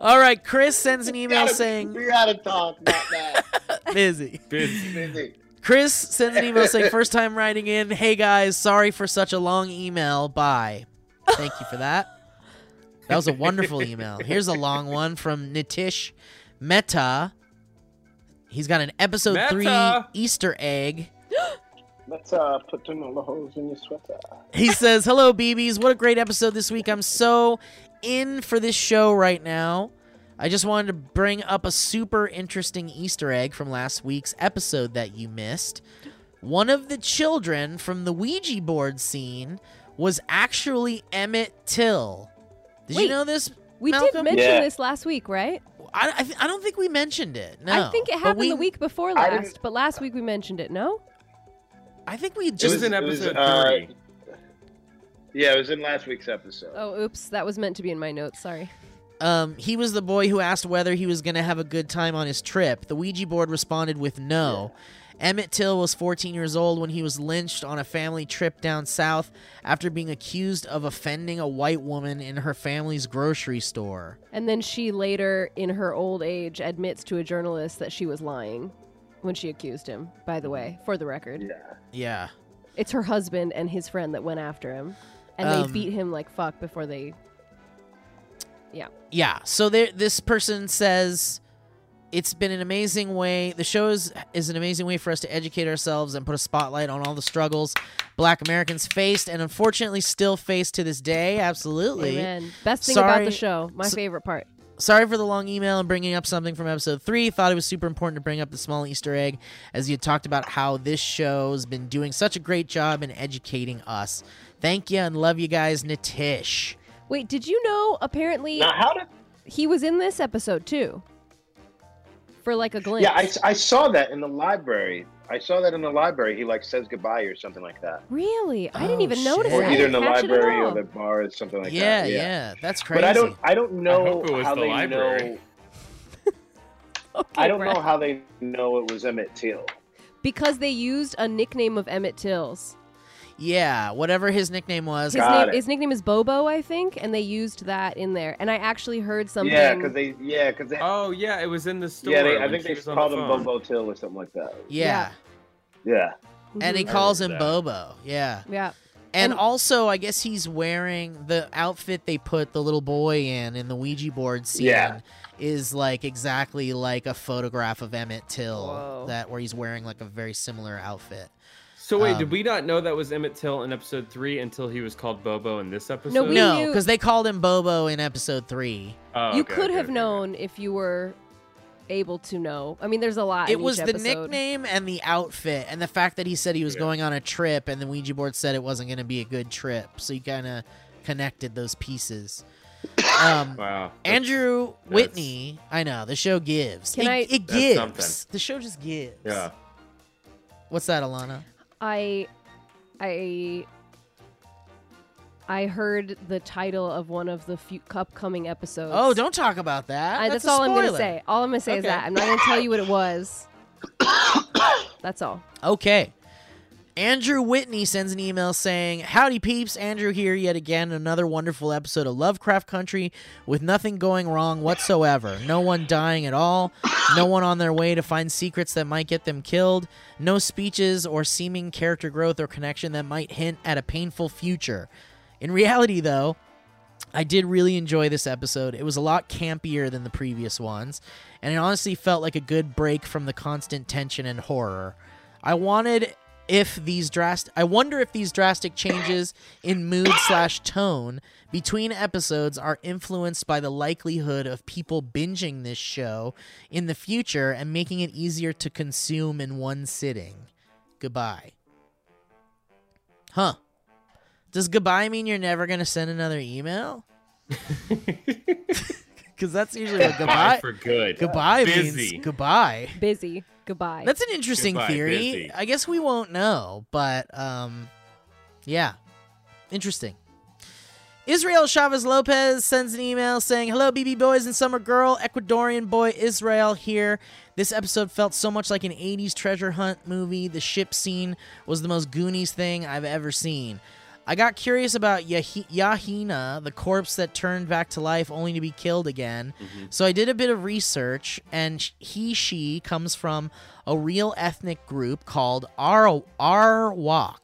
All right, Chris sends an email saying we gotta talk about that. busy. Busy. Chris sends an email saying first time writing in. Hey guys, sorry for such a long email. Bye. Thank you for that. That was a wonderful email. Here's a long one from Nitish Meta. He's got an episode Mehta. three Easter egg. Let's uh, put them all the holes in your sweater. He says, "Hello, BBs. What a great episode this week. I'm so in for this show right now. I just wanted to bring up a super interesting Easter egg from last week's episode that you missed. One of the children from the Ouija board scene was actually Emmett Till. Did you Wait, know this? We Malcolm? did mention this last week, right? I, I, th- I don't think we mentioned it. No, I think it But happened we- the week before I last, but last week we mentioned it. No, I think we It just was uh, in episode three. Yeah, it was in last week's episode. Oh, oops, that was meant to be in my notes. Sorry. Um, he was the boy who asked whether he was going to have a good time on his trip. The Ouija board responded with no. Emmett Till was 14 years old when he was lynched on a family trip down south after being accused of offending a white woman in her family's grocery store. And then she later, in her old age, admits to a journalist that she was lying when she accused him. By the way, for the record, yeah, Yeah. it's her husband and his friend that went after him, and Um, they beat him like fuck before they. Yeah. Yeah. So there, this person says, it's been an amazing way. The show is, is an amazing way for us to educate ourselves and put a spotlight on all the struggles Black Americans faced and unfortunately still face to this day. Absolutely. Amen. Best thing about the Sorry- show, my so- favorite part. Sorry for the long email and bringing up something from episode three. Thought it was super important to bring up the small Easter egg as you talked about how this show's been doing such a great job in educating us. Thank you and love you guys, Natish. Oh Wait, did you know? Apparently, Now, how did? he was in this episode too, for like a glimpse. Yeah, I, I saw that in the library. I saw that in the library. He like says goodbye or something like that. Really, I Oh, didn't even notice. Or that. I either in the didn't catch it at library all. or the bar or something like yeah, that. yeah, that's crazy. But I don't. I don't know hope it was how the they library. know. I don't know Brad. how they know it was Emmett Till. because they used a nickname of Emmett Till's. Yeah, whatever his nickname was. His name, his nickname is Bobo, I think, and they used that in there. And I actually heard something. Yeah, because they. Yeah, because they. Oh yeah, it was in the store. yeah, they, I when think she they was on called the him phone. Bobo Till or something like that. yeah. Yeah. And he Mhm. I calls him remember that. Bobo. Yeah. Yeah. And also, I guess he's wearing the outfit they put the little boy in in the Ouija board scene Yeah. is like exactly like a photograph of Emmett Till Whoa. that where he's wearing like a very similar outfit. So wait, Um, did we not know that was Emmett Till in episode three until he was called Bobo in this episode? we no, knew- because they called him Bobo in episode three. Oh, you okay, could okay, have okay. known if you were able to know. I mean, there's a lot. it Uh, in was each the episode. nickname and the outfit and the fact that he said he was going on a trip and the Ouija board said it wasn't going to be a good trip. So you kind of connected those pieces. Um, Wow. Andrew Whitney, I know the show gives. Can it, I- it That's something. gives. The show just gives. Yeah. What's that, Alana? I I I heard the title of one of the few upcoming episodes. Oh, don't talk about that. Uh, that's that's, a all I'm gonna spoiler. say. All I'm gonna say is Okay. that I'm not gonna tell you what it was. that's all. Okay. Andrew Whitney sends an email saying, Howdy peeps, Andrew here yet again. Another wonderful episode of Lovecraft Country with nothing going wrong whatsoever. No one dying at all. No one on their way to find secrets that might get them killed. No speeches or seeming character growth or connection that might hint at a painful future. In reality, though, I did really enjoy this episode. It was a lot campier than the previous ones, and it honestly felt like a good break from the constant tension and horror. I wanted if these drastic I wonder if these drastic changes in mood slash tone between episodes are influenced by the likelihood of people binging this show in the future and making it easier to consume in one sitting. Goodbye. Huh. Does goodbye mean you're never going to send another email? Because that's usually what goodbye. for good. Goodbye Busy. means goodbye. Busy. Goodbye. That's an interesting Goodbye, theory. busy. I guess we won't know, but um, yeah, interesting. Israel Chavez Lopez sends an email saying, Hello, BB Boys and Summer Girl, Ecuadorian boy Israel here. This episode felt so much like an 80s treasure hunt movie. The ship scene was the most Goonies thing I've ever seen. I got curious about Yahi- Yahina, the corpse that turned back to life only to be killed again. So I did a bit of research, and sh- he, she comes from a real ethnic group called Ar- Arwak.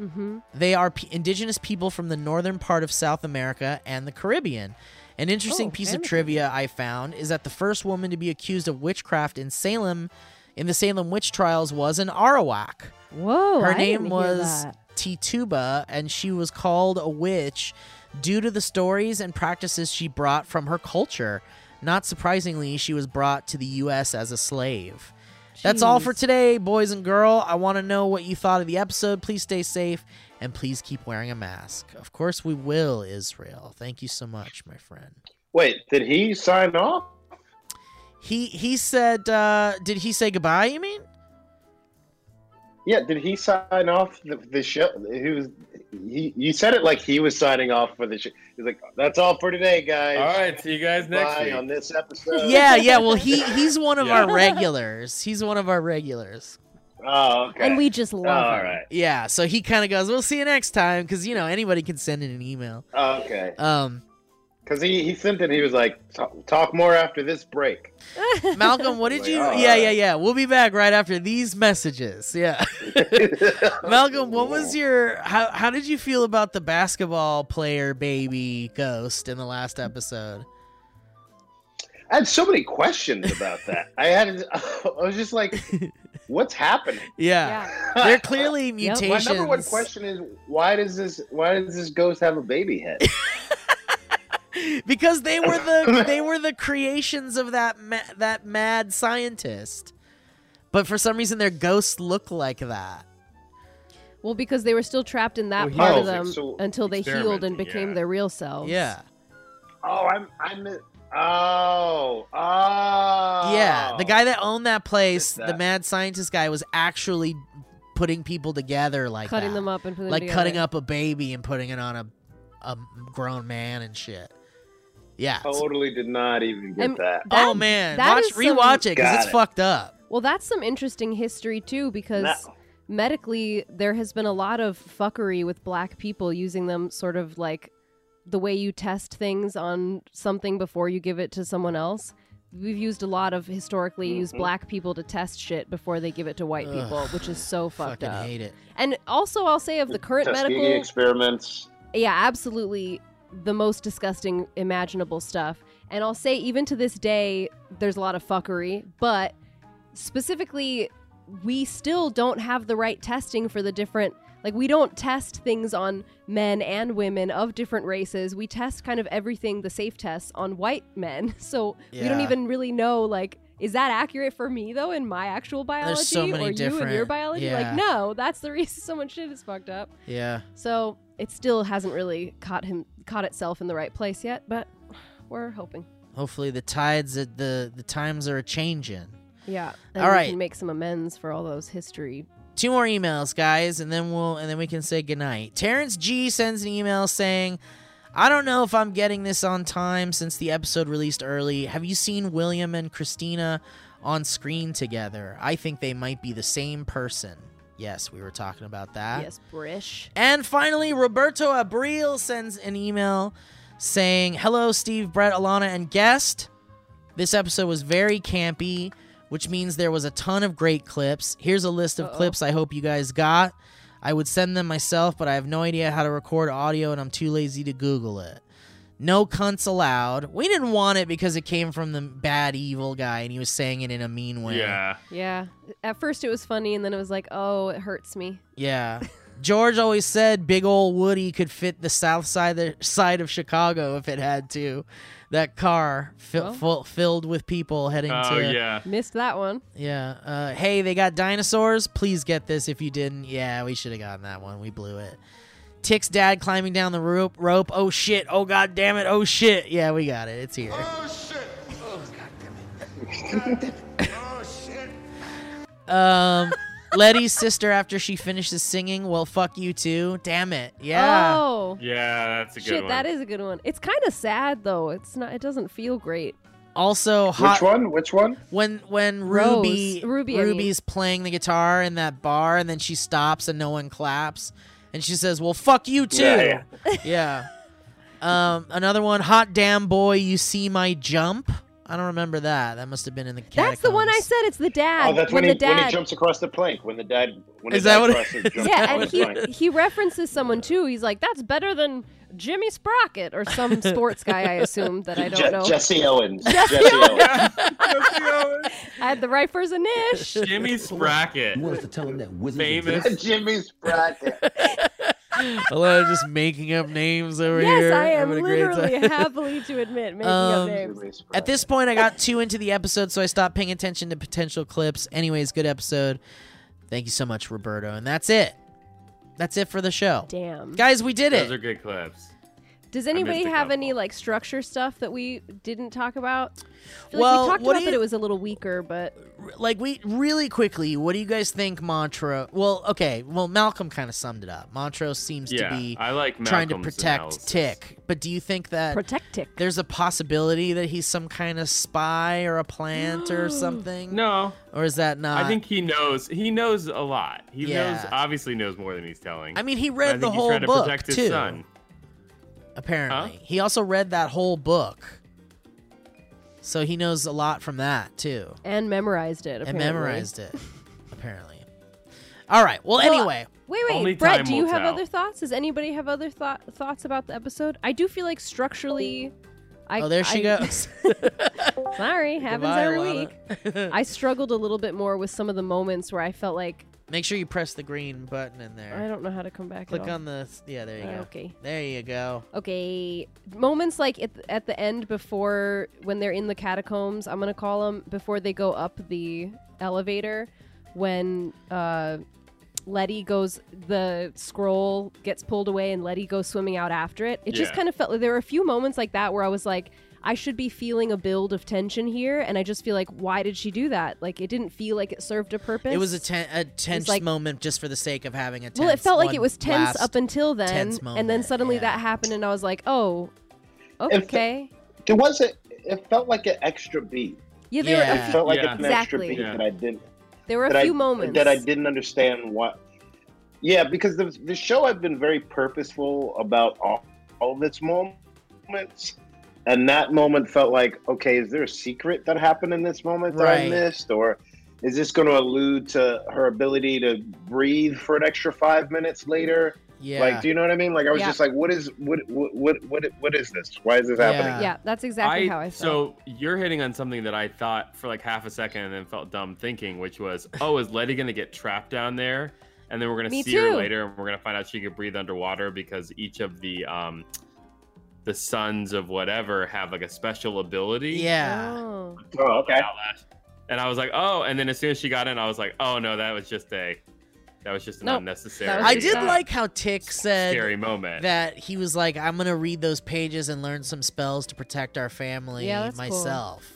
Mm-hmm. They are p- indigenous people from the northern part of South America and the Caribbean. An interesting Oh, piece and of the trivia I found is that the first woman to be accused of witchcraft in Salem in the Salem witch trials was an Arawak. Whoa. Her Oh, I name didn't hear was that. Tituba, and she was called a witch due to the stories and practices she brought from her culture. Not surprisingly, she was brought to the U.S. as a slave. That's all for Jeez. today, boys and girl. I want to know what you thought of the episode. Please stay safe and please keep wearing a mask. Of course, we will, Israel. Thank you so much, my friend. Wait, did he sign off? He he said, uh, did he say goodbye? You mean? Yeah, did he sign off the, the show? He was. He, you said it like he was signing off for the show. He's like, "That's all for today, guys." All right, see you guys next Bye week. on this episode. Yeah, yeah. Well, he he's one of Yeah. our regulars. He's one of our regulars. Oh, okay. And we just love All him. right. Yeah, so he kind of goes, "We'll see you next time," because you know anybody can send in an email. Okay. Um, Because he, he sent it. He was like, "Talk- "Talk more after this break." Malcolm, what did Like, oh, you? all Yeah, right. yeah, yeah. We'll be back right after these messages. Yeah, Malcolm, what was your? How how did you feel about the basketball player baby ghost in the last episode? I had so many questions about that. I had. I was just like, "What's happening?" Yeah, they're clearly mutations. My number one question is why does this why does this ghost have a baby head? because they were the they were the creations of that ma- that mad scientist, but for some reason their ghosts look like that. Well, because they were still trapped in that Well, part of yeah. them So- until they healed and experimenting, became yeah. their real selves. Yeah. oh, I'm I'm oh oh Yeah, the guy that owned that place, the that. mad scientist guy, was actually putting people together like cutting that. them up and putting like them cutting together. up a baby and putting it on a a grown man and shit. Yeah. totally did not even get I'm- that. that- oh man, that watch is some- rewatch it because Got it's it. fucked up. Well, that's some interesting history too, because No. medically there has been a lot of fuckery with black people using them, sort of like the way you test things on something before you give it to someone else. We've used a lot of historically used Mhm. black people to test shit before they give it to white people, Mm-hmm. Ugh, which is so fucked Fucking up. hate it. And also, I'll say of the current Tuskegee medical experiments. yeah, absolutely the most disgusting imaginable stuff. And I'll say, even to this day, there's a lot of fuckery, but specifically, we still don't have the right testing for the different. Like, we don't test things on men and women of different races. We test kind of everything, the safe tests, on white men. So we don't Yeah. even really know, like, is that accurate for me, though, in my actual biology? There's so many or you and your different- biology? yeah. Like, no, that's the reason so much shit is fucked up. Yeah. So it still hasn't really caught him caught itself in the right place yet, but we're hoping. Hopefully the tides at the the times are changing. Yeah. All we right. can make some amends for all those history Two more emails, guys, and then we'll and then we can say goodnight. Terrence G sends an email saying, I don't know if I'm getting this on time since the episode released early. Have you seen William and Christina on screen together? I think they might be the same person. Yes, we were talking about that. Yes, Brish. And finally, Roberto Abril sends an email saying, Hello, Steve, Brett, Alana, and guest. This episode was very campy, which means there was a ton of great clips. Here's a list of clips I hope you guys got. I would send them myself, but I have no idea how to record audio and I'm too lazy to Google it. No cunts allowed. We didn't want it because it came from the bad, evil guy and he was saying it in a mean way. Yeah. Yeah. At first it was funny, and then it was like, oh, it hurts me. Yeah. George always said big old Woody could fit the south side the side of Chicago if it had to. That car fi- Well. full, filled with people heading Oh, to yeah. Missed that one. yeah. Uh, hey, they got dinosaurs. Please get this if you didn't. Yeah, we should have gotten that one. We blew it. Tick's dad climbing down the rope. Rope. Oh shit. Oh god damn it. Oh shit. Yeah, we got it. It's here. Oh, God damn it. Oh, shit. Um, Letty's sister after she finishes singing. Well, fuck you too. Damn it. Yeah. Oh. Yeah, that's a good Shit, one. that is a good one. It's kind of sad though. It's not. It doesn't feel great. Also, hot, one? Which one? when when Rose. Ruby Ruby, I mean. Ruby's playing the guitar in that bar, and then she stops and no one claps, and she says, "Well, fuck you too." Yeah, Yeah. Um, another one, hot damn boy, you see my jump. I don't remember that. That must have been in the. That's the one I said. It's the dad. oh, that's when, when, he, the dad. when he jumps across the plank. When the dad. When Is the that dad what it- crosses, jumps yeah, across and the he plank. he references someone too. He's like, "That's better than Jimmy Sprocket or some sports guy." I assume that I don't Je- know. Jesse Owens. Jesse Owens. I had the right first niche. Jimmy Sprocket. You want us to tell him that Famous. Jimmy Sprocket. A lot of just making up names over yes, here. I am having a great literally time. happily to admit making up Um, names. At this point, I got two into the episode, so I stopped paying attention to potential clips. Anyways, good episode. Thank you so much, Roberto. And that's it. That's it for the show. Damn. Guys, we did Those it. are good clips. Does missed anybody a have any like structure stuff that we didn't talk about? I feel Well, like we talked what do about that you- Uh, it was a little weaker, but like we really quickly, what do you guys think Montrose? Well, okay. Well, Malcolm kind of summed it up. Montrose seems Yeah, to be I like trying to Malcolm's protect analysis. Tick. But do you think that protect Tick. there's a possibility that he's some kind of spy or a plant or something? No, Or is that not I think he knows. He knows a lot. He knows Uh, Yeah. obviously knows more than he's telling. I mean, he And read I the think he's whole trying book, to protect his too. son. apparently. He also read that whole book. So he knows a lot from that too. and memorized it. Apparently. And memorized it, apparently. All right. Well, Well, anyway. Wait, Only wait, Brett, time do you will have tell. other thoughts? Does anybody have other thought thoughts about the episode? I do feel like structurally, I oh, there she I- goes. Sorry, happens Goodbye, every week. Alana. I struggled a little bit more with some of the moments where I felt like Make sure you press the green button in there. I don't know how to come back. Click at all. on the yeah. There you Uh, go. okay. There you go. Okay, moments like at, the- at the end before when they're in the catacombs, I'm gonna call them before they go up the elevator, when uh, Letty goes, the scroll gets pulled away and Letty goes swimming out after it. It just Yeah. kind of felt like there were a few moments like that where I was like, I should be feeling a build of tension here, and I just feel like, why did she do that? Like it didn't feel like it served a purpose. It was a, ten- a tense like- moment just for the sake of having a tense. Well, it felt like one it was tense last- up until then, tense and then moment, suddenly yeah. that happened, and I was like, "Oh, It fe- okay." There was a. It felt like an extra beat. Yeah, Yeah. there were a It few, felt like Yeah. an extra Exactly. beat Yeah. that I didn't. there were that a few I, moments that I didn't understand what. Yeah, because the the show had been very purposeful about all, all of its moments, and that moment felt like, okay, is there a secret that happened in this moment that I Right. missed, or is this going to allude to her ability to breathe for an extra five minutes later? Yeah. Like, do you know what I mean? Like, I was Yeah. just like, what is what what what what what is this? Why is this Yeah. happening? Yeah, that's exactly how I felt. So you're hitting on something that I thought for like half a second and then felt dumb thinking, which was, oh, is Letty gonna get trapped down there? And then we're gonna Me see her too. later, and we're gonna find out she could breathe underwater because each of the um the sons of whatever have like a special ability. yeah. Oh. Oh, okay. And I was like, oh. And then as soon as she got in, I was like, oh no, that was just a, that was just an Nope. unnecessary. That was I just did that. like how Tick said scary moment. that he was like, I'm gonna read those pages and learn some spells to protect our family Yeah, that's cool. myself,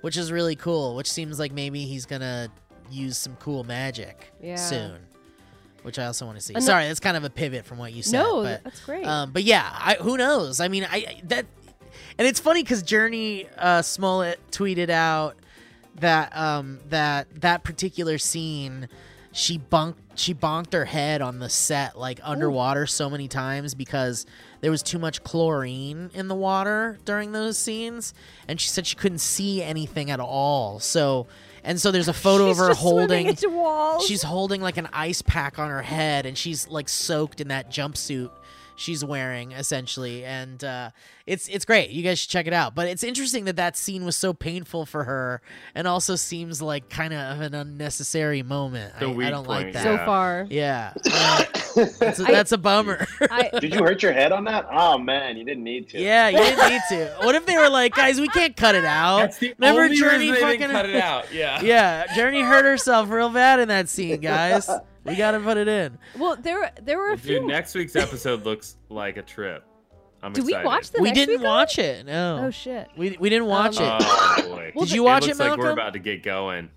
which is really cool. Which seems like maybe he's gonna use some cool magic Yeah. soon. which I also want to see. Ano- Sorry, that's kind of a pivot from what you said. No, but, that's great. Um, but yeah, I, who knows? I mean, I I- that, and it's funny because Journey uh, Smollett tweeted out that um, that that particular scene, she bunked she bonked her head on the set like underwater so many times because there was too much chlorine in the water during those scenes, and she said she couldn't see anything at all. So. And so there's a photo She's of her just swimming holding into walls. She's holding like an ice pack on her head, and she's like soaked in that jumpsuit she's wearing essentially. And uh, it's it's great. You guys should check it out. But it's interesting that that scene was so painful for her, and also seems like kind of an unnecessary moment. The I, I weak don't like point, that So yeah. far. Yeah, Uh, that's, a, that's a bummer. Did you hurt your head on that? Oh man, you didn't need to. Yeah, you didn't need to. What if they were like, guys, we can't cut it out? That's the Remember only Journey reason they fucking didn't cut it out, yeah. yeah, Journey hurt herself real bad in that scene, guys. We gotta put it in. Well, there there were a few. Dude, next week's episode looks like a trip. I'm Did we excited. watch the we next didn't week watch it. No. Oh, shit. We, we didn't watch it. Oh, boy. Did you watch it, it looks like we're Malcolm? about to get going.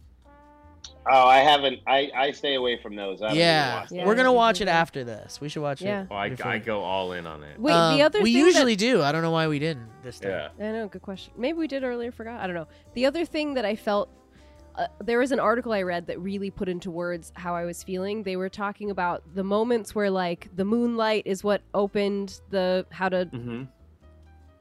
Oh, I haven't. I I stay away from those. I haven't even yeah. watched we're them. gonna watch it after this. We should watch Yeah. it. Oh, I, before- I go all in on it. Wait, the Um, other we thing usually that- do. I don't know why we didn't this time. Yeah. I know, good question. Maybe we did earlier, forgot. I don't know. The other thing that I felt, uh, there was an article I read that really put into words how I was feeling. They were talking about the moments where, like, the moonlight is what opened the how to. Mm-hmm. Mhm.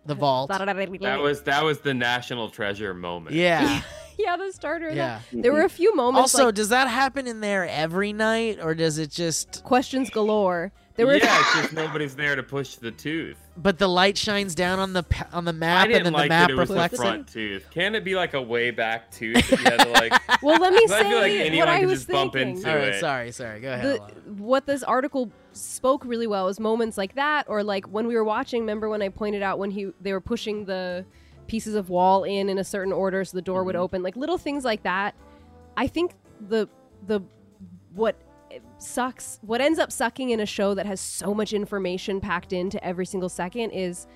The vault. That was that was the national treasure moment. Yeah. yeah, the starter. of Yeah. that. There were a few moments. Also, like, does that happen in there every night, or does it just questions galore? There were. yeah, it's just nobody's there to push the tooth. But the light shines down on the pa- on the I map, and didn't then the like map that it was reflects the front tooth. Can it be like a way back tooth? That you had to like, Well, let me 'cause I feel like say anyone what I could was just thinking. bump into All right, it. sorry, sorry. Go ahead. the, what this article spoke really well was moments like that or like when we were watching remember when i pointed out when he they were pushing the pieces of wall in in a certain order so the door Mm-hmm. would open like little things like that i think the the what sucks what ends up sucking in a show that has so much information packed into every single second is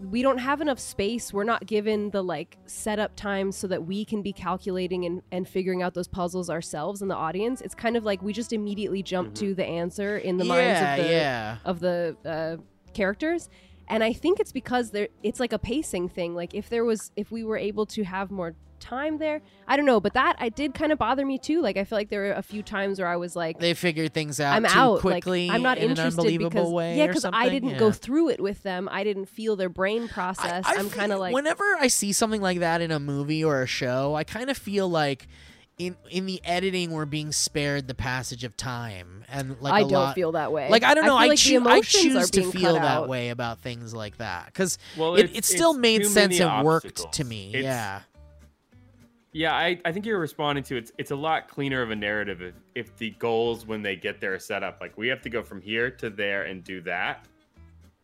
we don't have enough space we're not given the like setup time so that we can be calculating and, and figuring out those puzzles ourselves in the audience it's kind of like we just immediately jump to the answer in the Mm-hmm. Yeah, minds of the yeah. of the uh, characters and i think it's because there it's like a pacing thing like if there was if we were able to have more time there i don't know but that i did kind of bother me too like i feel like there were a few times where i was like They figured things out I'm too out. quickly. like, I'm not in interested an unbelievable because way. yeah, or because I something. didn't Yeah. go through it with them. I didn't feel their brain process. I, am kind of like whenever I see something like that in a movie or a show, I kind of feel like in in the editing we're being spared the passage of time and like I a don't lot- feel that way. Like I don't I know, feel I, like the choo- I emotions are choose to being cut feel that out. way about things like that because Well, it, it's- it still it's made too sense many and worked obstacles. to me. It's- yeah, Yeah, I, I think you're responding to it's it's a lot cleaner of a narrative if, if the goals when they get there are set up. Like we have to go from here to there and do that.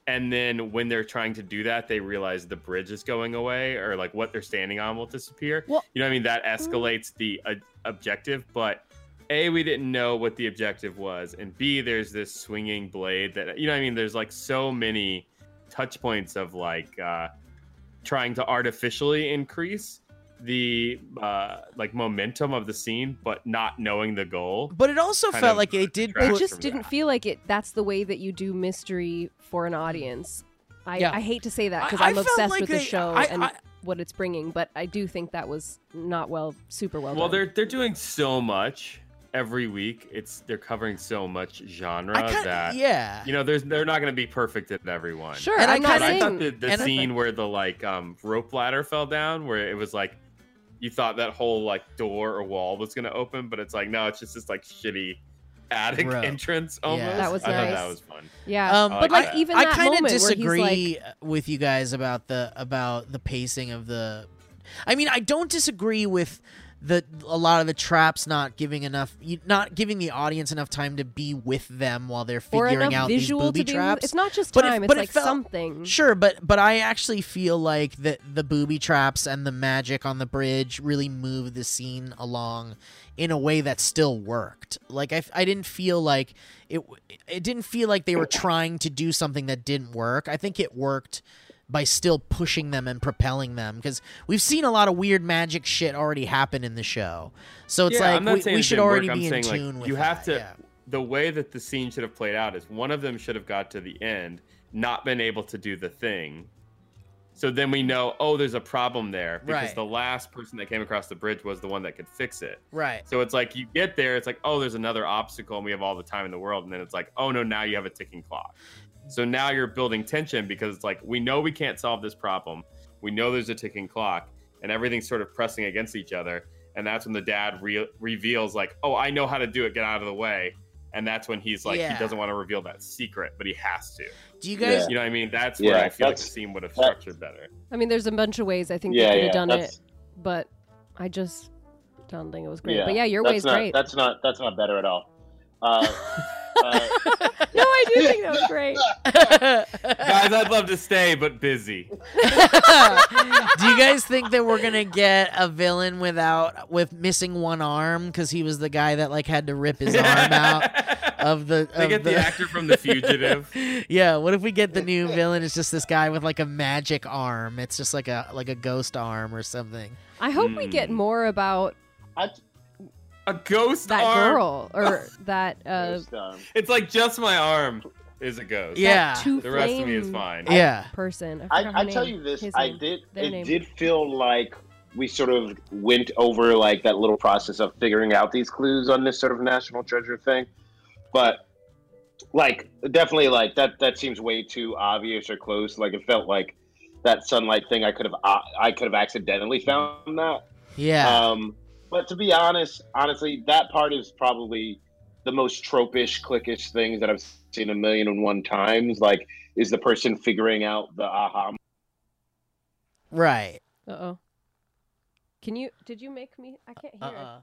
And then when they're trying to do that, they realize the bridge is going away or like what they're standing on will disappear. Well- you know what I mean? That escalates the uh, objective, but A, we didn't know what the objective was. And B, there's this swinging blade that, you know what I mean? There's like so many touch points of like, uh, trying to artificially increase the uh like momentum of the scene but not knowing the goal but it also Kind felt of like they did. detracts it put- just didn't feel like it. That's the way that you do mystery for an audience. I, Yeah. I hate to say that because I- I I'm felt obsessed like with they- the show I- and I- what it's bringing, but I do think that was not well, super well. well done. they're they're doing so much every week it's they're covering so much genre that yeah. you know there's they're not going to be perfect at everyone Sure, And I I'm not but i saying- thought the, the and I- scene where the like um rope ladder fell down where it was like you thought that whole like door or wall was going to open but it's like no it's just this like shitty attic Rope. entrance Yeah. almost That was i thought that nice. was fun yeah, Um, but like I- even I that kinda moment disagree uh, where he's like, with you guys about the about the pacing of the. I mean, I don't disagree with the a lot of the traps not giving enough, you- not giving the audience enough time to be with them while they're or figuring enough out visual these booby to be. traps. It's not just But it- time. but it's it like felt- something. Sure, but but I actually feel like that the booby traps and the magic on the bridge really moved the scene along in a way that still worked. Like I, f- I didn't feel like it w- it didn't feel like they were trying to do something that didn't work. I think it worked by still pushing them and propelling them because we've seen a lot of weird magic shit already happen in the show. So it's Yeah, like I'm not we, saying we it should didn't work, already I'm be in saying, like, tune with you have that, to yeah. the way that the scene should have played out is one of them should have got to the end, not been able to do the thing. So then we know, oh, there's a problem there because Right. the last person that came across the bridge was the one that could fix it. Right. So it's like you get there, it's like, oh, there's another obstacle and we have all the time in the world. And then it's like, oh no, now you have a ticking clock. So now you're building tension because it's like, we know we can't solve this problem. We know there's a ticking clock and everything's sort of pressing against each other. And that's when the dad re- reveals, like, oh, I know how to do it, get out of the way. And that's when he's like, Yeah. he doesn't want to reveal that secret, but he has to. Do you guys- You know what I mean? That's Yeah, where I feel like the that's- scene would have structured better. I mean, there's a bunch of ways I think Yeah, they could yeah, have done that's- it, but I just don't think it was great. but yeah, your that's way's not, great. That's not that's not better at all. Uh, uh, No, I do think that was great. Guys, I'd love to stay, but busy. Do you guys think that we're gonna get a villain without with missing one arm because he was the guy that like had to rip his arm out of uh, the? They of get the actor from The Fugitive. yeah. What if we get the new villain? It's just this guy with like a magic arm. It's just like a like a ghost arm or something. I hope we get Hmm. more about a ghost that arm. girl or that uh, um, It's like just my arm is a ghost. Yeah. two The rest of me is flame- fine. person. I, I, forgot her I tell name. you this, His I name. did. Their it name. did feel like we sort of went over like that little process of figuring out these clues on this sort of national treasure thing, but like definitely like that that seems way too obvious or close. Like it felt like that sunlight thing. I could have I, I could have accidentally found that. Uh, Yeah. Um, but to be honest, honestly, that part is probably the most tropish, clickish things that I've seen a million and one times. Like, is the person figuring out the aha? Right. Uh oh. Can you? Did you make me? I can't hear. Uh-uh.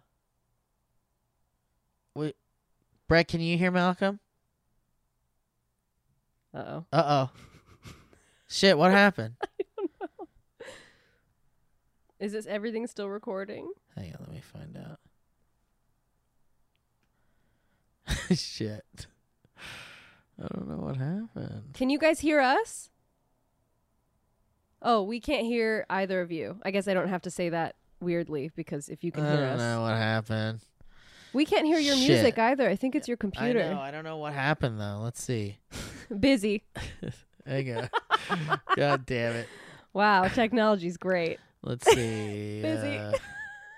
Wait, Brett, can you hear Malcolm? Uh oh. Uh oh. Shit. What happened? Is this everything still recording? Hang on. Let me find out. Shit. I don't know what happened. Can you guys hear us? Oh, we can't hear either of you. I guess I don't have to say that weirdly because if you can I hear don't us, know what happened. we can't hear your Shit. music either. I think it's your computer. I know. I don't know what happened though. Let's see. Busy. Hang on. God damn it. Wow, technology's great. Let's see. Busy. Uh,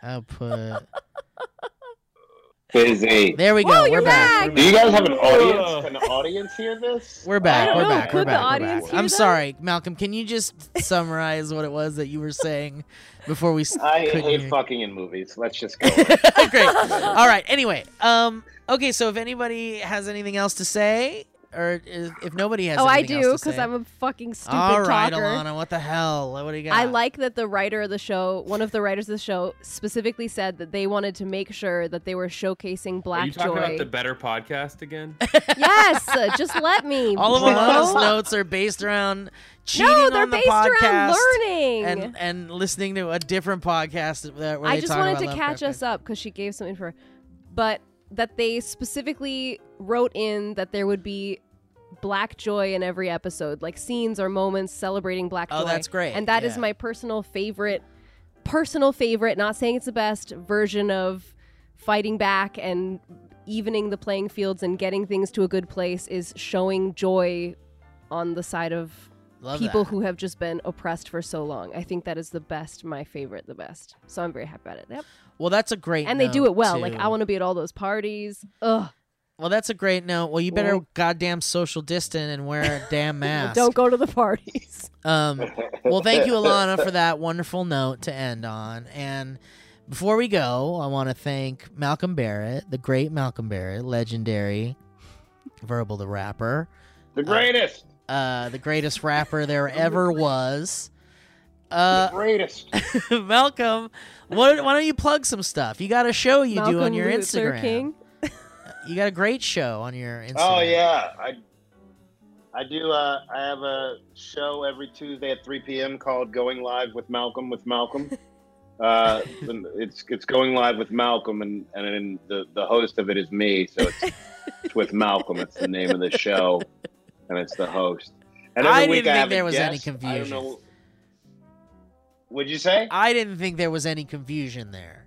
output. Busy. There we go. Whoa, we're you're back. Do you guys have an audience? Can the audience hear this? We're back. I We're don't know. back. Could we're the back. we're audience back. hear I'm that? sorry, Malcolm. Can you just summarize what it was that you were saying before we? s- I couldn't hate hear? fucking in movies. Let's just go. Oh, Great. All right. Anyway, um, okay. So if anybody has anything else to say, or if, if nobody has, oh, I anything else do to because say- I'm a fucking stupid All right, talker. Alana. What the hell? What do you got? I like that the writer of the show, one of the writers of the show, specifically said that they wanted to make sure that they were showcasing Are you Black talking Joy. about the better podcast again? yes, uh, just let me. All of bro. Alana's notes are based around cheating No, they're on the based around podcast learning. and and listening to a different podcast that where I they just talk wanted about to Lovecraft catch us up because she gave some info, but that they specifically wrote in that there would be black joy in every episode, like scenes or moments celebrating black Oh, joy. that's great. And that is Yeah. my personal favorite, personal favorite. Not saying it's the best version of fighting back and evening the playing fields and getting things to a good place is showing joy on the side of. Love people that. who have just been oppressed for so long. I think that is the best, my favorite, the best. So I'm very happy about it. Yep Well, that's a great and they do note, it well. Like too. I want to be at all those parties. Ugh, Well, that's a great note. Well, you better Well- goddamn social distance and wear a damn mask. don't go to the parties. Um, well, thank you, Alana, for that wonderful note to end on. And before we go, I want to thank Malcolm Barrett, the great Malcolm Barrett, legendary Verbal the Rapper, The greatest. uh, the greatest rapper there ever was. The Uh, greatest. Malcolm, why don't, why don't you plug some stuff? You got a show you do on Malcolm your Luther Instagram. King. You got a great show on your Instagram. Oh yeah, I I do. Uh, I have a show every Tuesday at 3 p.m. called "Going Live with Malcolm" with Malcolm. Uh, and it's it's going live with Malcolm, and and then the the host of it is me. So it's, it's with Malcolm. It's the name of the show, and it's the host. And every I week didn't I think have a there was any guest. I don't confusion. know. Would you say? I didn't think there was any confusion there.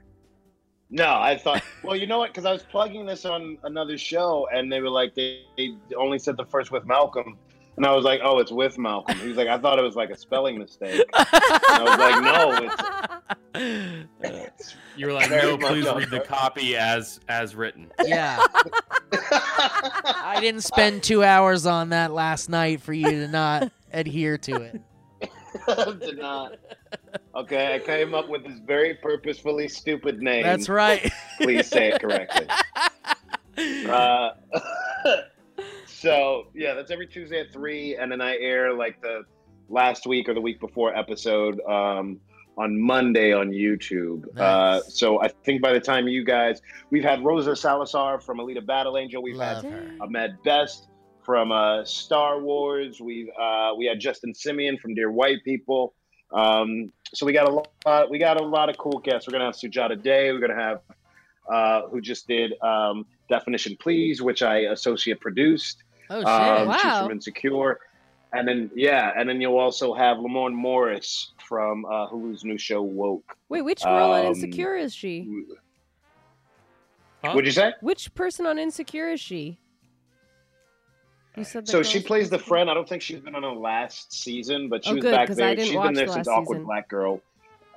No, I thought. Well, you know what? Because I was plugging this on another show, and they were like, they, they only said the first with Malcolm, and I was like, oh, it's with Malcolm. He was like, I thought it was like a spelling mistake. and I was like, no, it's You were like, Very no, much please up read the copy as as written. Yeah. I didn't spend two hours on that last night for you to not adhere to it. did not. Okay, I came up with this very purposefully stupid name. That's right. Please say it correctly. Uh, so yeah, that's every Tuesday at three, and then I air like the last week or the week before episode um, on Monday on YouTube. Uh, so I think by the time you guys, we've had Rosa Salazar from Alita Battle Angel, we've had Ahmed Best from uh, Star Wars, we uh, we had Justin Simeon from Dear White People. Um, so we got a lot, we got a lot of cool guests. We're gonna have Sujata Day. We're gonna have uh, who just did um, Definition Please, which I associate produced. Oh, shit. Um, she's Wow. from Insecure. And then, yeah, and then you'll also have Lamorne Morris from uh, Hulu's new show, Woke. Wait, which girl on Um, Insecure is she? What'd you say? Which person on Insecure is she? You said that So girl she was- plays the friend. I don't think she's been on the last season, but she Oh, was good, back 'cause there. I didn't she's watch been there the since last Awkward season. Black Girl.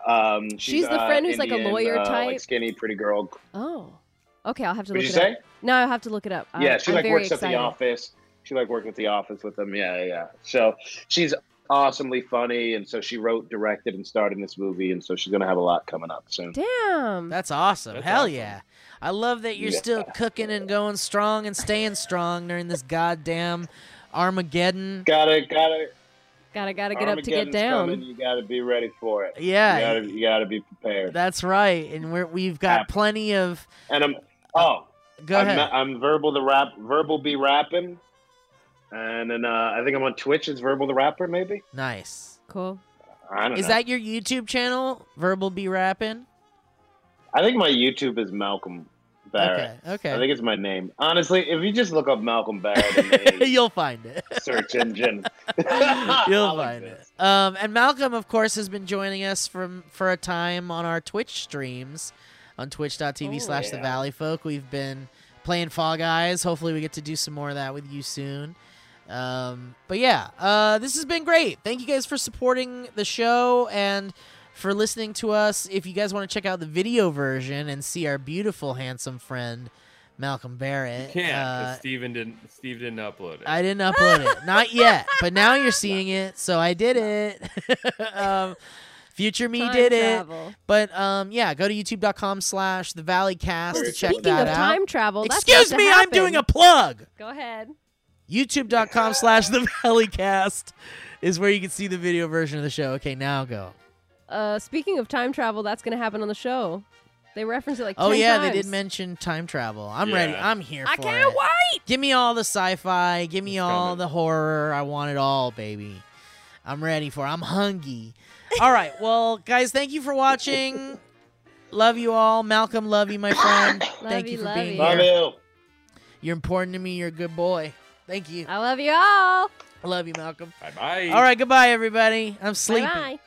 Um, She's the uh, friend who's like a Indian, lawyer uh, type? like skinny, pretty girl. Oh, okay. I'll have to What'd look you it say? up. No, I'll have to look it up. I'm- yeah, she I'm like very works at excited. the office. She like worked at the office with them. Yeah, yeah, yeah. So she's awesomely funny, and so she wrote, directed, and starred in this movie, and so she's gonna have a lot coming up soon. Damn. That's awesome. Hell yeah. I love that you're Yeah. still cooking and going strong and staying strong during this goddamn Armageddon. Gotta, gotta. Gotta, gotta Armageddon's Coming. You gotta be ready for it. Yeah. you gotta, you gotta be prepared. That's right. And we're, we've got plenty of. and I'm oh, Go I'm, ahead. not- I'm verbal the rap, verbal be rapping, and then uh, I think I'm on Twitch. It's verbal the rapper, maybe. Nice. Cool. I don't Is know. that your YouTube channel, Verbal Be Rapping? I think my YouTube is Malcolm Barrett. Okay, okay. I think it's my name. Honestly, if you just look up Malcolm Barrett in the You'll find it. search engine, You'll find it. Um, and Malcolm, of course, has been joining us from for a time on our Twitch streams on twitch.tv Oh, slash the yeah. Valley Folk. We've been playing Fall Guys. Hopefully we get to do some more of that with you soon. Um, but yeah, uh, this has been great. Thank you guys for supporting the show and for listening to us. If you guys want to check out the video version and see our beautiful, handsome friend, Malcolm Barrett. Can't. 'cause uh, Steven didn't. Steve didn't upload it. I didn't upload it. Not yet. But now you're seeing it. So I did it. um, future me Time did travel. it. But um, yeah, go to youtube.com slash the Valley Cast to check Oh, Speaking that of out. time travel, that's Excuse about to me, I'm happen. doing a plug. Go ahead. YouTube.com slash the Valley Cast is where you can see the video version of the show. Okay, now go. Uh, speaking of time travel, that's gonna happen on the show. They referenced it like. Oh 10 yeah, they times. did mention time travel. I'm ready. Yeah. I'm here. I for can't it. wait. Give me all the sci-fi. Give me all the horror. I want it all, baby. I'm ready for. It. I'm hungry. all right. Well, guys, thank you for watching. love you all, Malcolm. Love you, my friend. thank you, you, for love being you. here. Love you. You're important to me. You're a good boy. Thank you. I love you all. I love you, Malcolm. Bye bye. All right. Goodbye, everybody. I'm sleeping. Bye-bye.